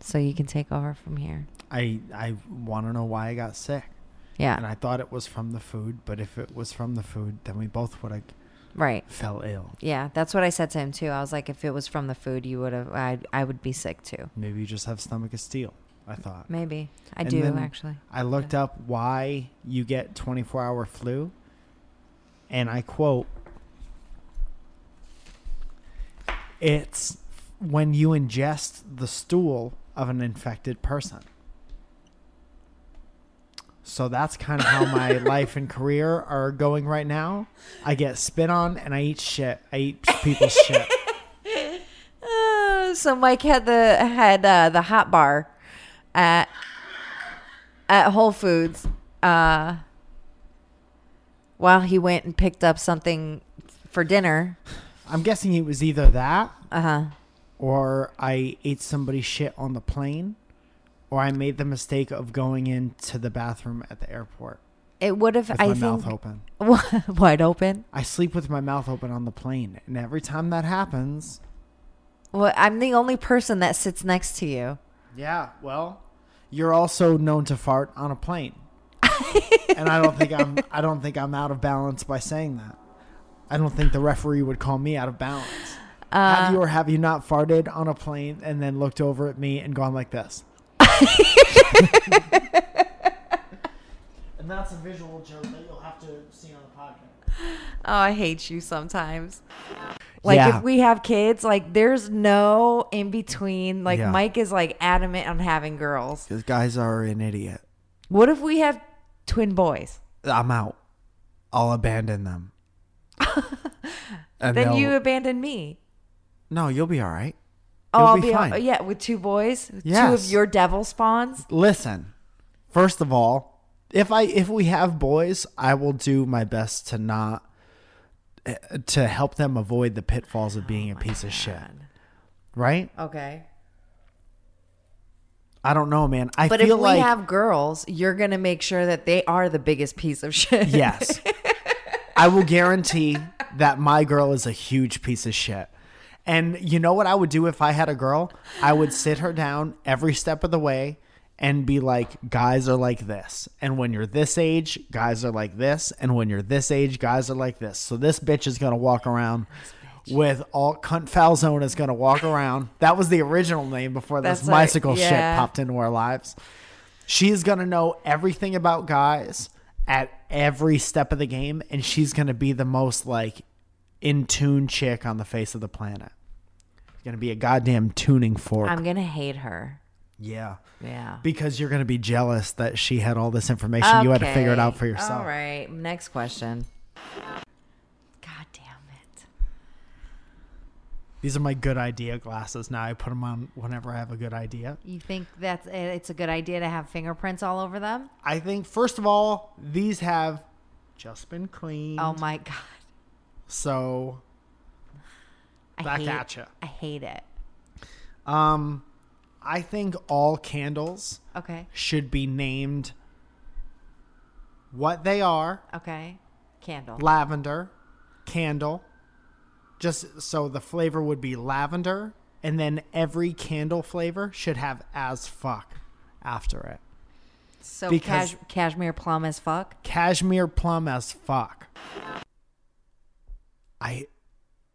So you can take over from here.
I I want to know why I got sick.
Yeah.
And I thought it was from the food, but if it was from the food, then we both would have
right.
fell ill.
Yeah. That's what I said to him too. I was like, if it was from the food, you would have, I, I would be sick too.
Maybe you just have stomach of steel. I thought.
Maybe. I
And
do
then
actually.
I looked up why you get 24 hour flu, and I quote It's when you ingest the stool of an infected person. So that's kind of how my life and career are going right now. I get spit on and I eat shit. I eat people's shit.
Uh, so Mike had the had uh, the hot bar at at Whole Foods uh, while he went and picked up something for dinner.
I'm guessing it was either that
Uh huh.
or I ate somebody's shit on the plane, or I made the mistake of going into the bathroom at the airport
It would have.
with
I
my
think
mouth open.
[laughs] wide open.
I sleep with my mouth open on the plane, and every time that happens,
Well, I'm the only person that sits next to you.
yeah, well, you're also known to fart on
[laughs]
a plane, and I don't think I'm I don't think I'm out of balance by saying that. I don't think the referee would call me out of balance. have
Uh,
you or have you not farted on a plane and then looked over at me and gone like this? and that's a visual joke that you'll have to see on the podcast.
Oh, I hate you sometimes. Like
Yeah.
if we have kids, like there's no in between. Like
Yeah.
Mike is like adamant on having girls.
Because guys are an idiot.
What if we have twin boys?
I'm out. I'll
[laughs]
abandon them.
Then
And they'll-
you abandon me.
no, you'll be all right.
Oh,
You'll
I'll
be
be,
fine.
yeah, with two boys, two of
Yes.
your devil spawns.
Listen, first of all, if I if we have boys, I will do my best to not eh, to help them avoid the pitfalls of being a
Oh
piece of shit. Right?
Okay, I
I don't know, man. I
but if we
feel like
have girls, you're gonna make sure that they are the biggest piece of shit.
yes. I will guarantee that my girl is a huge piece of shit. And you know what I would do if I had a girl? I would sit her down every step of the way and be like, guys are like this. And when you're this age, guys are like this. And when you're this age, guys are like this. So this bitch is going to walk around with all cunt foul zone is gonna walk around. That was the original name before this
That's like-
bicycle
yeah.
shit popped into our lives. She's gonna know everything about guys at every step of the game, and she's gonna be the most like in tune chick on the face of the planet. It's gonna be a goddamn tuning
[laughs]
fork.
I'm gonna hate her.
yeah.
Yeah.
Because you're gonna be jealous that she had all this information. You had to figure it out for
Okay.
yourself.
All right. Next question. God damn it.
These are my good idea glasses. Now I put them on whenever I have a good idea.
You think that's eh, it's a good idea to have fingerprints all over them?
I think first of all, these have just been cleaned.
Oh my god.
So
I
Back
hate,
at ya.
I hate it.
um I think all candles
Okay.
should be named what they are.
Okay. Candle.
Lavender candle. Just so the flavor would be lavender and then every candle flavor should have as fuck after it.
so
because-
cash, cashmere plum as fuck.
cashmere plum as fuck. I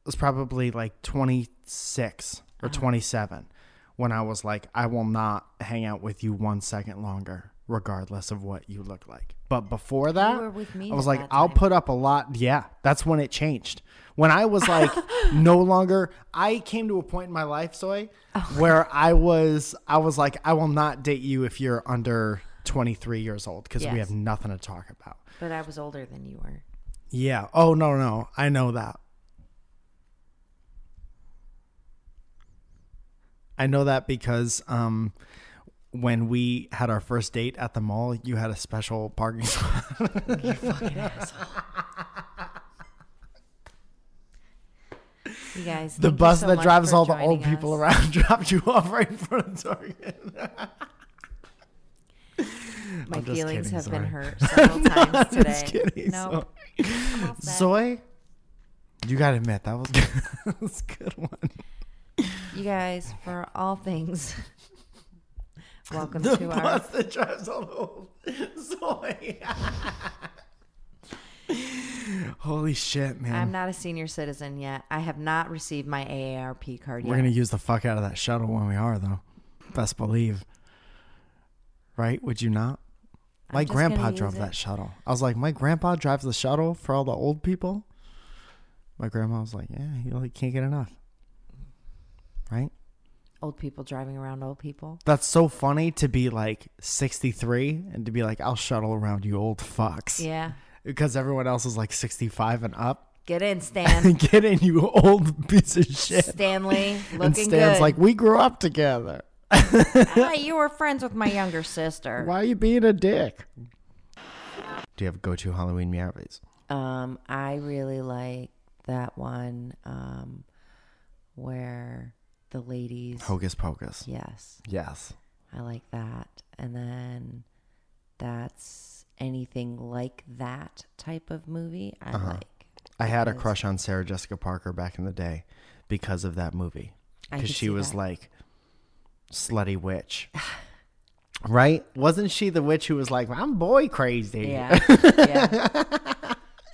was probably like 26 or
Uh-huh.
27 when I was like, I will not hang out with you one second longer, regardless of what you look like. But before that,
were with me
I was
at
like,
that
I'll
time.
put up a lot. Yeah, that's when it changed. When I was like, no longer, I came to a point in my life, Zoe, where I was, I was like, I will not date you if you're under 23 years old because we
Yes.
have nothing to talk about.
But I was older than you were.
Yeah. Oh no, no, I know that. I know that because um, when we had our first date at the mall, you had a special [laughs] parking spot.
You guys.
The
thank you
bus
so
that
much
drives
for
all the old
joining
people
us.
around [laughs] dropped you off right in front of Target.
My
just
feelings
kidding,
have been
sorry.
hurt
[laughs]
several times today.
Just kidding.
Nope. I'm all set.
Zoe, you gotta admit that was good. [laughs] that was a good one.
you guys, for all things, [laughs] welcome
The
to our
bus that drives all the old [laughs] Zoe. Holy shit, man!
I'm not a senior citizen yet. I have not received my AARP card
We're
yet.
gonna use the fuck out of that shuttle when we are, though. Best believe. Right? Would you not? My
just gonna
grandpa
use
drove
it.
that shuttle. I was like, my grandpa drives the shuttle for all the old people. My grandma was like, yeah, you like can't get enough. Right?
old people driving around old people.
That's so funny to be like 63 and to be like, I'll shuttle around you old fucks. [laughs]
Yeah.
Because everyone else is like 65 and up.
Get in, Stan.
[laughs] And get in, you old piece of shit.
Stanley, looking
and Stan's
good.
like, we grew up together.
Ah, you were friends with my younger sister.
Why are you being a dick? Do you have go-to Halloween meowies?
Um, I really like that one um, where the ladies.
Hocus pocus.
Yes,
Yes.
I like that. And then that's anything like that type of movie I like.
I had a crush on Sarah Jessica Parker back in the day because of that movie.
I
Because
could
she
see
was
that.
like slutty witch. [sighs] right? Wasn't she the witch who was like, I'm boy crazy?
Yeah. yeah.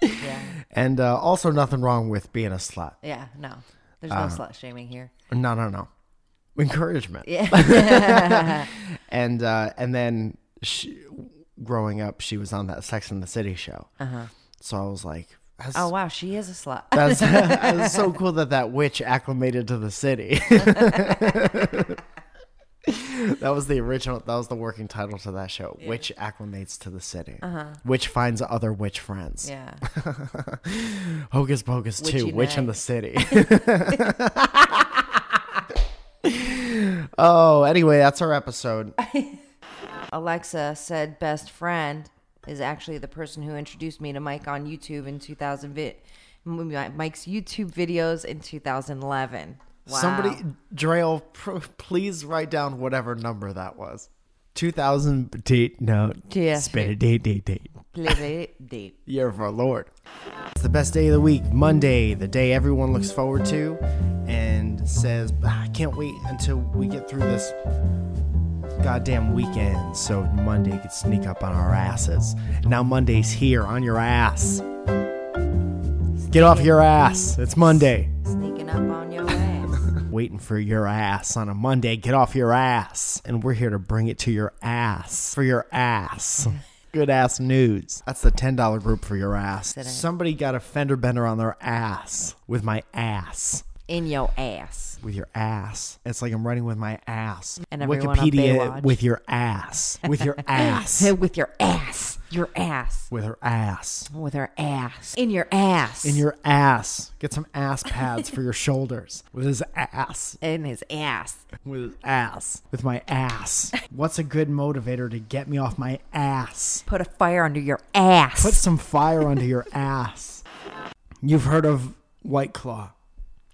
Yeah.
And uh, also nothing wrong with being a slut.
Yeah. No, there's no slut shaming here.
No, no, no. Encouragement. [laughs] and uh, and then she, growing up, she was on that Sex and the City show. So I was like, that's,
Uh-huh. Oh, wow. She is a slut. [laughs]
that's, that's so cool that that witch acclimated to the city. [laughs] that was the original. That was the working title to that show. Witch acclimates to the city. Witch finds other witch friends.
Uh-huh. Yeah.
Hocus Pocus
Witchy
2, Witch in
night.
the City. [laughs] oh, anyway, that's our episode.
Alexa said best friend is actually the person who introduced me to Mike on YouTube in 2000 vi- Mi- Mike's YouTube videos in 2011. Wow.
Somebody, Drail, pr- please write down whatever number that was. 2000 date no
Yeah.
spit it date date date
Somebody
year of our lord it's the best day of the week monday the day everyone looks forward to and says "Ah, i can't wait until we get through this goddamn weekend so monday could sneak up on our asses now monday's here on your ass get off your ass it's monday
Sneak
waiting for your ass on a Monday. Get off your ass. And we're here to bring it to your ass for your
[laughs]
ass. Good ass news. That's the $10 group for your ass. Somebody got a fender bender on their ass with my ass.
in your ass.
With your ass. It's like I'm writing with my ass.
And everyone on Baywatch.
with your ass.
[laughs]
With your ass.
With your ass. Your ass.
with her ass.
With her ass. In your ass.
In your ass. Get some ass pads for your shoulders. With his ass.
in his ass.
with his ass. With my ass. What's a good motivator to get me off my ass?
Put a fire under your ass.
Put some fire under your ass. You've heard of White Claw.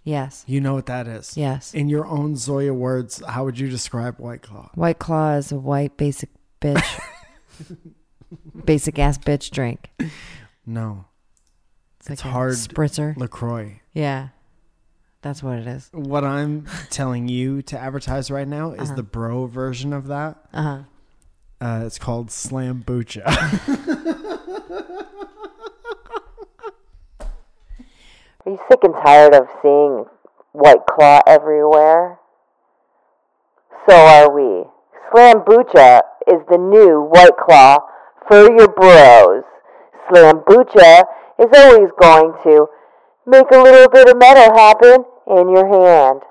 yes.
You know what that is.
Yes.
In your own Zoya words, how would you describe White Claw?
White Claw is a white basic [laughs] bitch. basic ass bitch drink.
No. It's,
like a
hard
Spritzer.
LaCroix.
Yeah. That's what it is.
What I'm telling you to advertise right now is the bro version of that. Uh-huh. it's called Slambucha.
Are you sick and tired of seeing White Claw everywhere? So are we. Slambucha is the new White Claw for your bros. Slambucha is always going to make a little bit of metal happen in your hand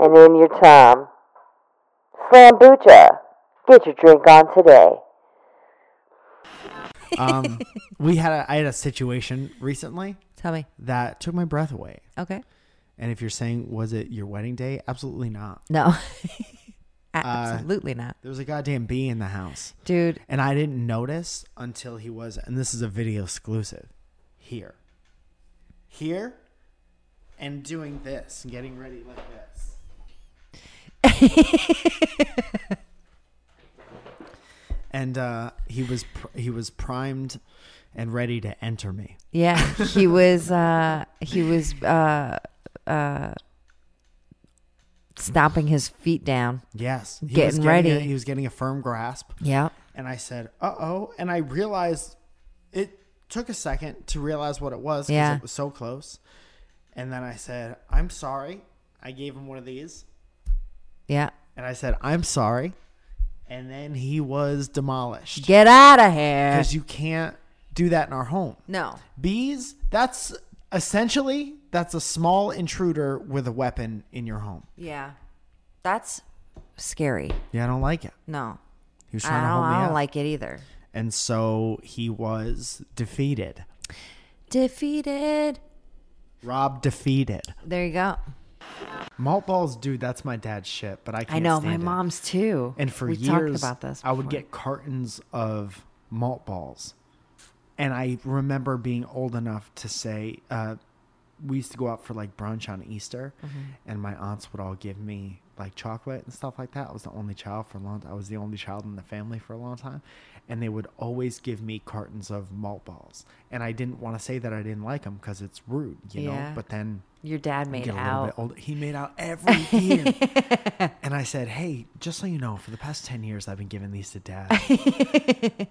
and in your tongue. Slambucha, get your drink on today.
um, we had a, I had a situation recently
Tell me.
that took my breath away.
Okay.
And if you're saying, was it your wedding day? Absolutely not.
No. [laughs]
Uh,
Absolutely not.
There was a goddamn bee in the house.
Dude,
And I didn't notice until he was, and this is a video exclusive, here. Here and doing this and getting ready like this.
[laughs]
and uh, he was pr- he was primed and ready to enter me.
Yeah,
[laughs]
he was. Uh, he was uh, uh, stomping his feet down.
Yes, he was
Getting
a-
ready.
he was getting a firm grasp.
Yeah,
and I said, "Uh oh," and I realized it took a second to realize what it was because
Yeah.
it was so close. And then I said, "I'm sorry." I gave him one of these,
yeah.
and I said, "I'm sorry," and then he was demolished
Get out of here.
because you can't do that in our home.
No.
Bees, that's essentially that's a small intruder with a weapon in your home.
Yeah, that's scary.
Yeah, I don't like it.
No,
He was
I
trying to
don't.
hold me
Oh, I don't
up.
like it either.
and so he was defeated.
Defeated.
Rob defeated.
There you go.
Malt balls, dude, that's my dad's shit, but I can't
I know my
stand it.
mom's too.
And for
we
years,
talked about this.
I would
before.
get cartons of malt balls. And I remember being old enough to say, uh, we used to go out for like brunch on Easter,
Mm-hmm.
and my aunts would all give me like chocolate and stuff like that. I was the only child for a long I was the only child in the family for a long time. And they would always give me cartons of malt balls. And I didn't want to say that I didn't like them because it's rude, you know?
Yeah.
But then
your dad made
get a little bit
out.
older. He made
[laughs]
out every year. and I said, Hey, just so you know, for the past 10 years, I've been giving these
[laughs]
to dad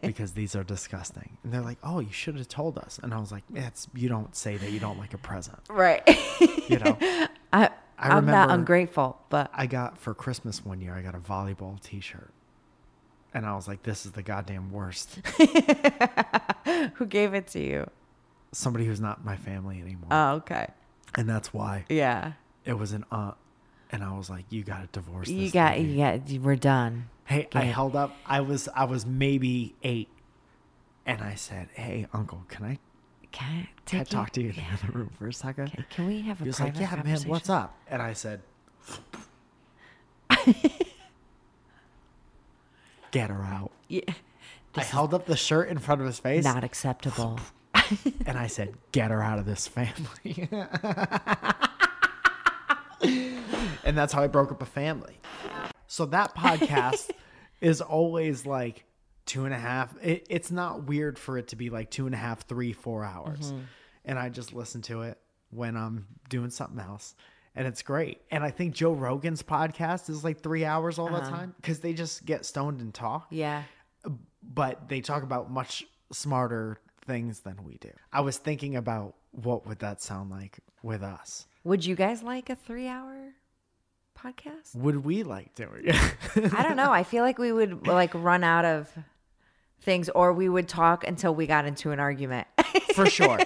because these are disgusting. And they're like, Oh, you should have told us. And I was like, That's, you don't say that you don't like a present.
[laughs] Right.
You know,
I,
I
I'm not
remember-
ungrateful, but
I got for Christmas one year, I got a volleyball t shirt. And I was like, This is the goddamn worst.
who gave it to you?
Somebody who's not my family anymore.
Oh, okay.
and that's why
Yeah.
it was an aunt. And I was like, You got to divorce
You
this
got,
lady."
you got, you- we're done.
Hey, I held up. I was I was maybe eight, and I said, "Hey, Uncle, can I
Can I,
can I
take you-
talk to you in the other room for a second?
Can, can we have a
He was like,
private
"Yeah, man,
conversation?
what's up?" And
[laughs]
I said, "Get her out."
Yeah,
I held up the shirt in front of his face,
not
[sighs]
acceptable.
and I said, "Get her out of this family." [laughs] and that's how I broke up a family. So that podcast is always like two and a half. It, it's not weird for it to be like two and a half, three, four hours. And I just listen to it when I'm doing something else. And it's great. And I think Joe Rogan's podcast is like three hours all the time because they just get stoned and talk
yeah.
but they talk about much smarter things than we do. I was thinking about what would that sound like with us.
Would you guys like a three hour
[laughs]
podcast?
Would we like doing it? [laughs]
I don't know. I feel like we would like run out of things or we would talk until we got into an argument. [laughs]
For sure.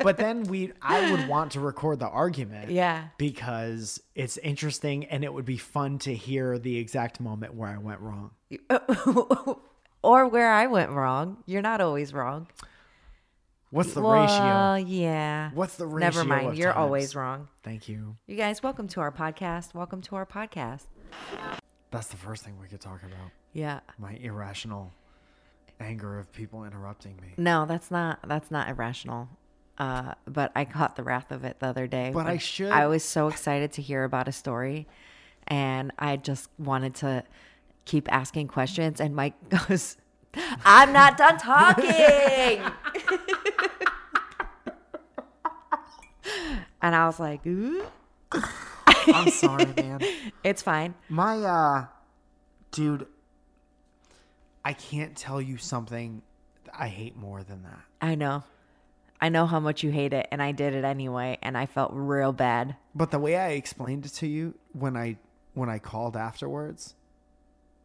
But then we I would want to record the argument.
Yeah. [laughs]
Because it's interesting and it would be fun to hear the exact moment where I went wrong.
or where I went wrong. You're not always wrong.
What's the ratio?
Well, yeah.
What's the
Never
ratio
mind.
of
You're
times?
always wrong.
Thank you.
You guys, welcome to our podcast. Welcome to our podcast.
That's the first thing we could talk about.
Yeah.
My irrational anger of people interrupting me.
No, that's not that's not irrational. Uh, but I caught the wrath of it the other day.
But I
when
should-
I was so excited to hear about a story, and I just wanted to keep asking questions. And Mike [laughs] goes, "I'm not done talking." [laughs] and I was like, "Ooh,
I'm sorry, man.
[laughs] "It's fine."
My uh dude I can't tell you something
I hate more than that.
I know, I know how much you hate it, and I did it anyway, and I felt real bad.
But the way I explained it to you when I when I called afterwards,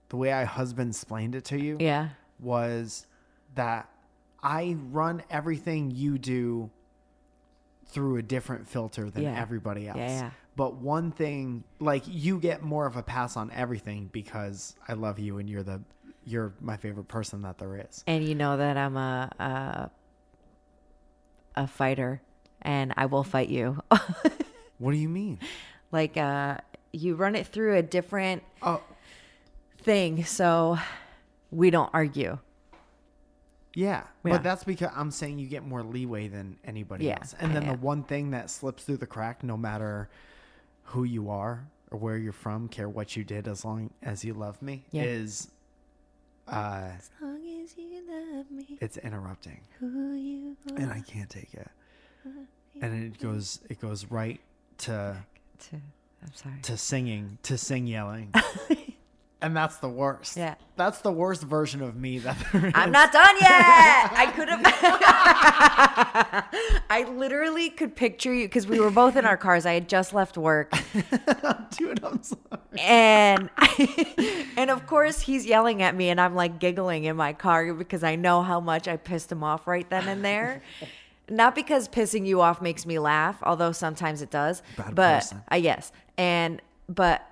the way I husband explained it to you
Yeah,
was that I run everything you do through a different filter than
Yeah.
everybody else.
yeah.
But one thing like you get more of a pass on everything because I love you and you're the you're my favorite person that there is.
and you know that I'm a a, a fighter, and I will fight you. [laughs]
What do you mean?
like uh, you run it through a different
Oh,
thing, so we don't argue.
Yeah,
Yeah.
but that's because I'm saying you get more leeway than anybody
Yeah,
else. And then
yeah.
the one thing that slips through the crack, no matter who you are or where you're from, care what you did, as long as you love me,
Yeah.
is uh,
As long as you love me,
it's interrupting,
who you
and I can't take it. And it goes, it goes right to
to. I'm sorry.
to singing, to sing
[laughs]
yelling, and that's the worst.
Yeah.
that's the worst version of me that there is.
I'm not done yet. I could have. [laughs] I literally could picture you because we were both in our cars. I had just left work.
[laughs] dude. I'm sorry.
and [laughs] and of course he's yelling at me and i'm like giggling in my car because i know how much i pissed him off right then and there
[laughs]
not because pissing you off makes me laugh although sometimes it does
Bad
but
person.
uh, yes and but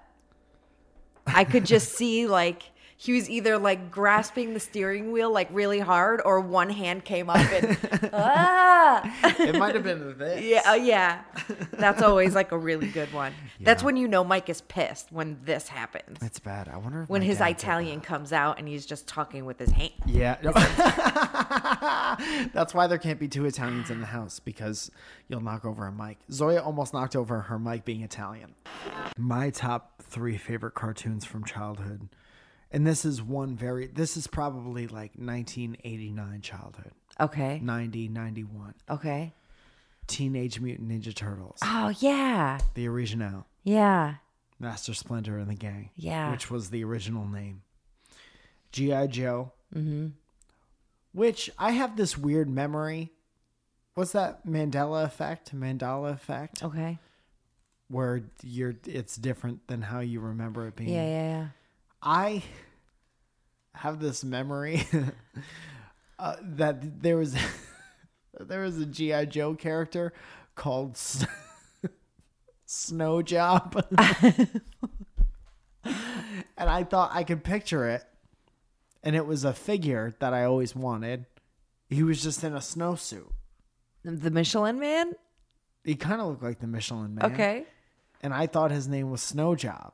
i
[laughs]
could just see like he was either like grasping the steering wheel like really hard or one hand came
[laughs]
up and ah
It might have been this.
yeah, oh, yeah. That's always like a really good one. That's when you know Mike is pissed when this happens.
It's bad. I wonder if
When
my
his
dad did
Italian comes out and he's just talking with his hand.
[laughs] Yeah. no. [laughs] That's why there can't be two Italians in the house because you'll knock over a mic. Zoya almost knocked over her mic being Italian. My top three favorite cartoons from childhood. And this is one very, this is probably like 1989 childhood,
Okay.
90, 91.
Okay.
Teenage Mutant Ninja Turtles,
Oh yeah.
the original,
Yeah.
Master Splinter and the Gang,
Yeah.
which was the original name. G.I. Joe,
Mm-hmm.
which I have this weird memory. What's that Mandela effect? Mandela effect,
Okay.
where you're it's different than how you remember it being.
Yeah, yeah, yeah.
I have this memory [laughs] uh, that there was [laughs] there was a GI Joe character called S- [laughs] Snow Job, [laughs] and I thought I could picture it, and it was a figure that I always wanted. He was just in a snowsuit.
The Michelin Man?
He kind of looked like the Michelin Man.
Okay.
and I thought his name was Snow Job,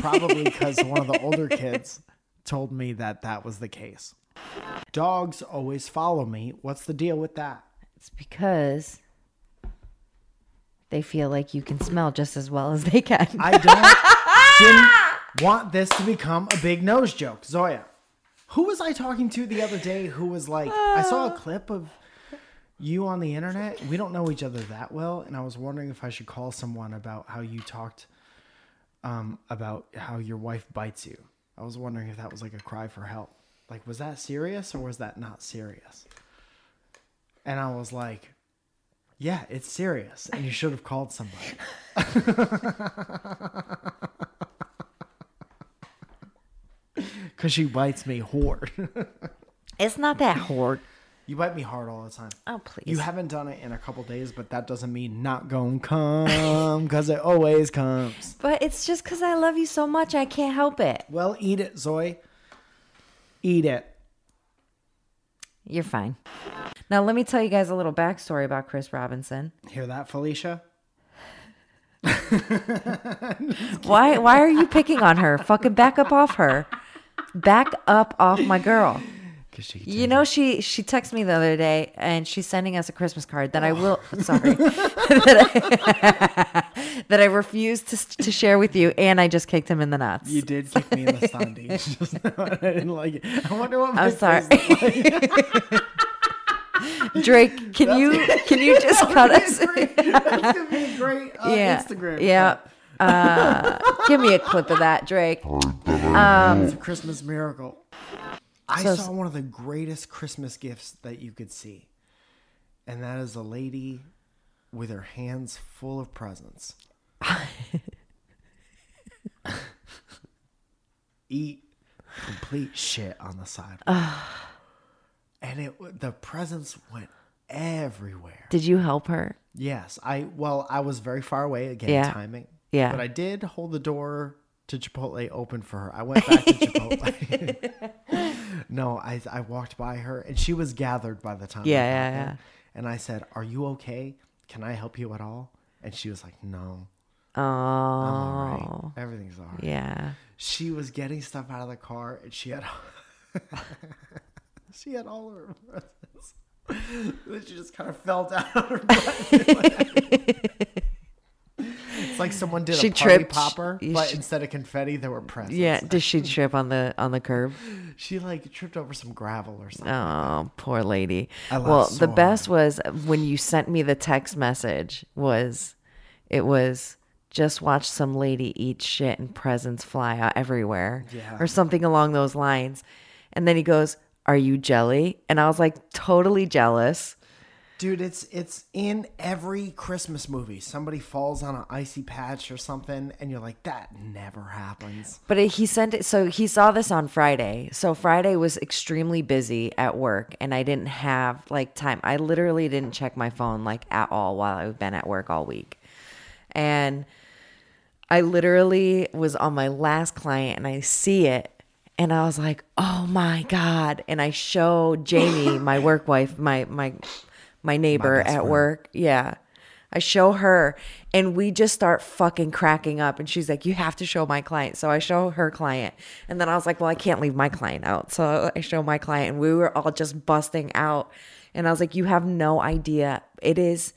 probably because one of the older kids told me that that was the case. Dogs always follow me. What's the deal with that?
It's because they feel like you can smell just as well as they can.
I don't didn't want this to become a big nose joke, Zoya. Who was I talking to the other day who was like, I saw a clip of you on the internet. We don't know each other that well, and I was wondering if I should call someone about how you talked um, about how your wife bites you. I was wondering if that was like a cry for help. Like, was that serious or was that not serious? And I was like, yeah, it's serious, and you should have called somebody. because she bites me hard.
[laughs] It's not that hard.
you bite me hard all the time.
Oh please.
You haven't done it in a couple days, but that doesn't mean not gonna come because it always comes.
but it's just because I love you so much, I can't help it.
Well, eat it, Zoe. Eat it.
You're fine. Now let me tell you guys a little backstory about Chris Robinson.
Hear that, Felicia?
Why why are you picking on her? Fucking back up off her. Back up off my girl.
Because she
You know she she texted me the other day and she's sending us a Christmas card that I will
[laughs]
sorry [laughs] that, I, that I refused to to share with you and I just kicked him in the nuts.
You did kick me in the [laughs] stundy. Just now, and I didn't like it. I wonder what my
I'm sorry. [laughs]
face looked
Drake, can you can you just cut us?
like. [laughs] That's gonna be a great uh,
yeah,
Instagram.
yeah. Uh, give me a clip of that, Drake.
It's a Christmas miracle. I
So-
saw one of the greatest Christmas gifts that you could see. And that is a lady with her hands full of presents. Eat complete shit on the sidewalk. and it w- the presents went everywhere.
Did you help her?
Yes, I well, I was very far away again.
Yeah.
Timing.
Yeah.
but I did hold the door to Chipotle open for her. I went back to Chipotle. [laughs] no, I I walked by her and she was gathered by the time. I
Yeah,
got
yeah,
there.
yeah.
And I said, "Are you okay? Can I help you at all?" And she was like, "No,
Oh,
I'm all right. Everything's all right."
yeah.
She was getting stuff out of the car and she had [laughs] she had all her presents. then she just kind of fell down on her butt. it's like someone did
She
a party
tripped.
popper,
You
but
sh-
instead of confetti, there were presents.
Yeah. Did she trip on the
mm-hmm.
on the curb?
She like tripped over some gravel or something.
Oh, poor lady.
I laughed
well,
so
the best was when you sent me the text message was it was just watch some lady eat shit and presents fly out everywhere
Yeah.
or something along those lines. And then he goes, "Are you jelly?" And I was like, "Totally jealous."
Dude, it's it's in every Christmas movie. Somebody falls on an icy patch or something, and you're like, that never happens.
But it, he sent it. So he saw this on Friday. So Friday was extremely busy at work, and I didn't have like time. I literally didn't check my phone like at all while I've been at work all week, and I literally was on my last client, and I see it. And I was like, "Oh my god!" And I show Jamie, my work wife, my my my neighbor at work. Yeah, I show her, and we just start fucking cracking up. And she's like, "You have to show my client." So I show her client, and then I was like, "Well, I can't leave my client out." So I show my client, and we were all just busting out. And I was like, "You have no idea. It is."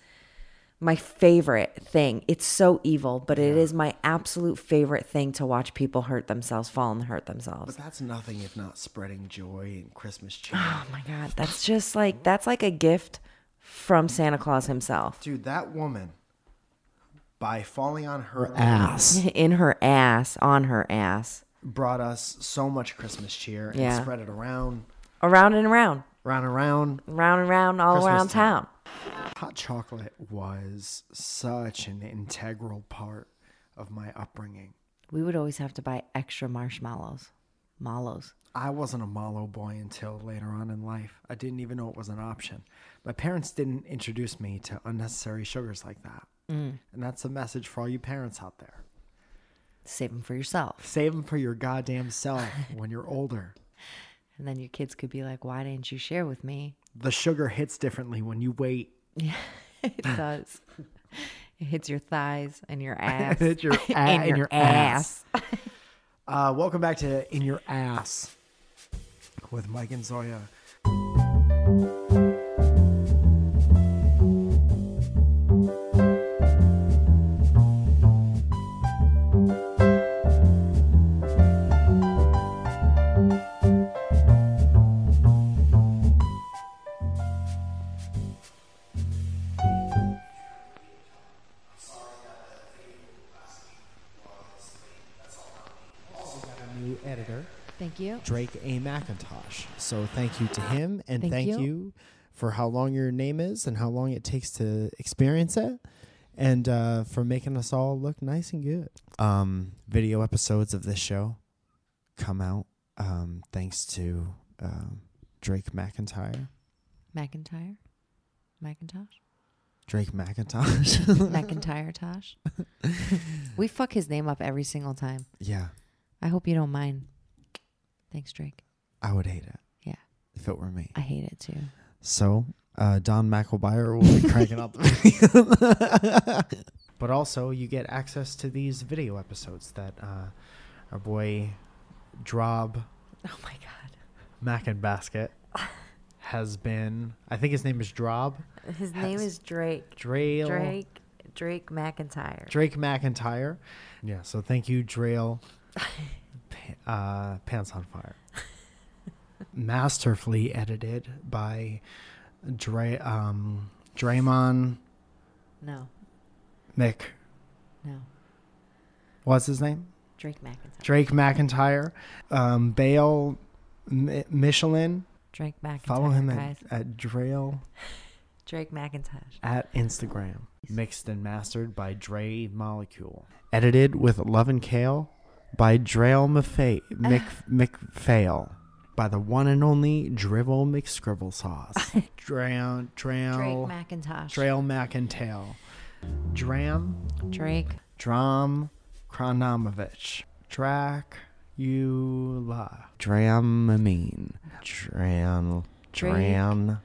my favorite thing. It's so evil, but it is my absolute favorite thing to watch people hurt themselves, fall and hurt themselves.
That's nothing if not spreading joy and Christmas cheer.
Oh my God. That's just like, that's like a gift from Santa Claus himself
Dude, that woman, by falling on her
Ass.
[laughs] in her ass, on her ass,
brought us so much Christmas cheer and
Yeah.
spread it around,
around and around,
round and round.
round and round, all
Christmas
around
time.
town.
Hot chocolate was such an integral part of my upbringing.
We would always have to buy extra marshmallows, mallows.
I wasn't a Malo boy until later on in life. I didn't even know it was an option. My parents didn't introduce me to unnecessary sugars like that. And that's a message for all you parents out there.
Save them for yourself.
Save them for your goddamn self when you're older.
And then your kids could be like, why didn't you share with
[laughs]
me?
The sugar hits differently when you wait
It [laughs] does. it hits your thighs and
[laughs]
your ass. [laughs]
Hit your a-
and
Uh, in
your,
your
ass.
Uh, welcome back to In Your Ass with Mike and Zoya. New editor,
Thank you.
Drake A. McIntosh. So thank you to him and
Thank
thank,
you.
you. for how long your name is and how long it takes to experience it and uh,
[laughs]
for making us all look nice and good. Um, video episodes of this show come out um, thanks to um, Drake McIntyre.
McIntyre? [laughs] Macintosh?
Drake McIntosh. [laughs]
McIntyre [laughs] Tosh? we fuck his name up every single time.
yeah,
I hope you don't mind. Thanks, Drake.
I would hate it.
Yeah.
if it were me.
I hate it too.
So uh, Don McElbyer will be cranking out the video.
[laughs] But also, you get access to these video episodes that uh, our boy Drob
Oh my god.
Mac
[laughs]
and Basket has been. I think his name is Drob.
His name is Drake.
Drail.
Drake Drake McIntyre.
Drake McIntyre. Yeah, so thank you, Drail. Pa- uh, Pants on Fire. Masterfully edited by Dre, um, Draymond
No.
Mick.
No.
What's his name?
Drake McIntyre.
Drake McIntyre. Um, Bale Mi- Michelin.
Drake McIntyre.
Follow him at,
guys.
at Drail
Drake McIntosh.
at Instagram. Mixed and mastered by Dre Molecule. Edited with Love and Kale by Drail McFay, Mc, [sighs] McPhail. By the one and only Drivel McScribble Sauce. [laughs] Drown,
Drake
Drown,
McIntosh.
Trail McIntyre. Dram,
Drake.
Dram Kronomovich. Dracula.
Dramamine. Dran.
Drake.
Dran.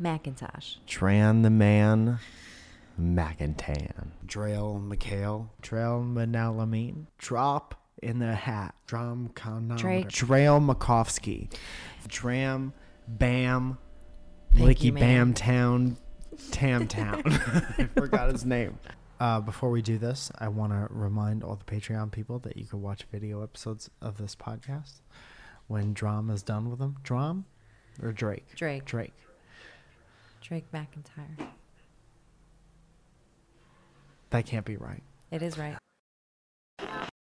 McIntosh.
Dran the man. McIntan.
Drail McHale. Trail Manalamine. Drop in the hat. Dram Conometer.
Drake.
Drail Makovsky. Dram Bam.
Thank you,
Licky
ma'am.
Bam Town.
[laughs]
Tam Town. [laughs] I forgot his name. Uh, before we do this, I want to remind all the Patreon people that you can watch video episodes of this podcast when Dram is done with them. Dram or Drake?
Drake.
Drake.
Drake McIntyre.
That can't be right.
It is right.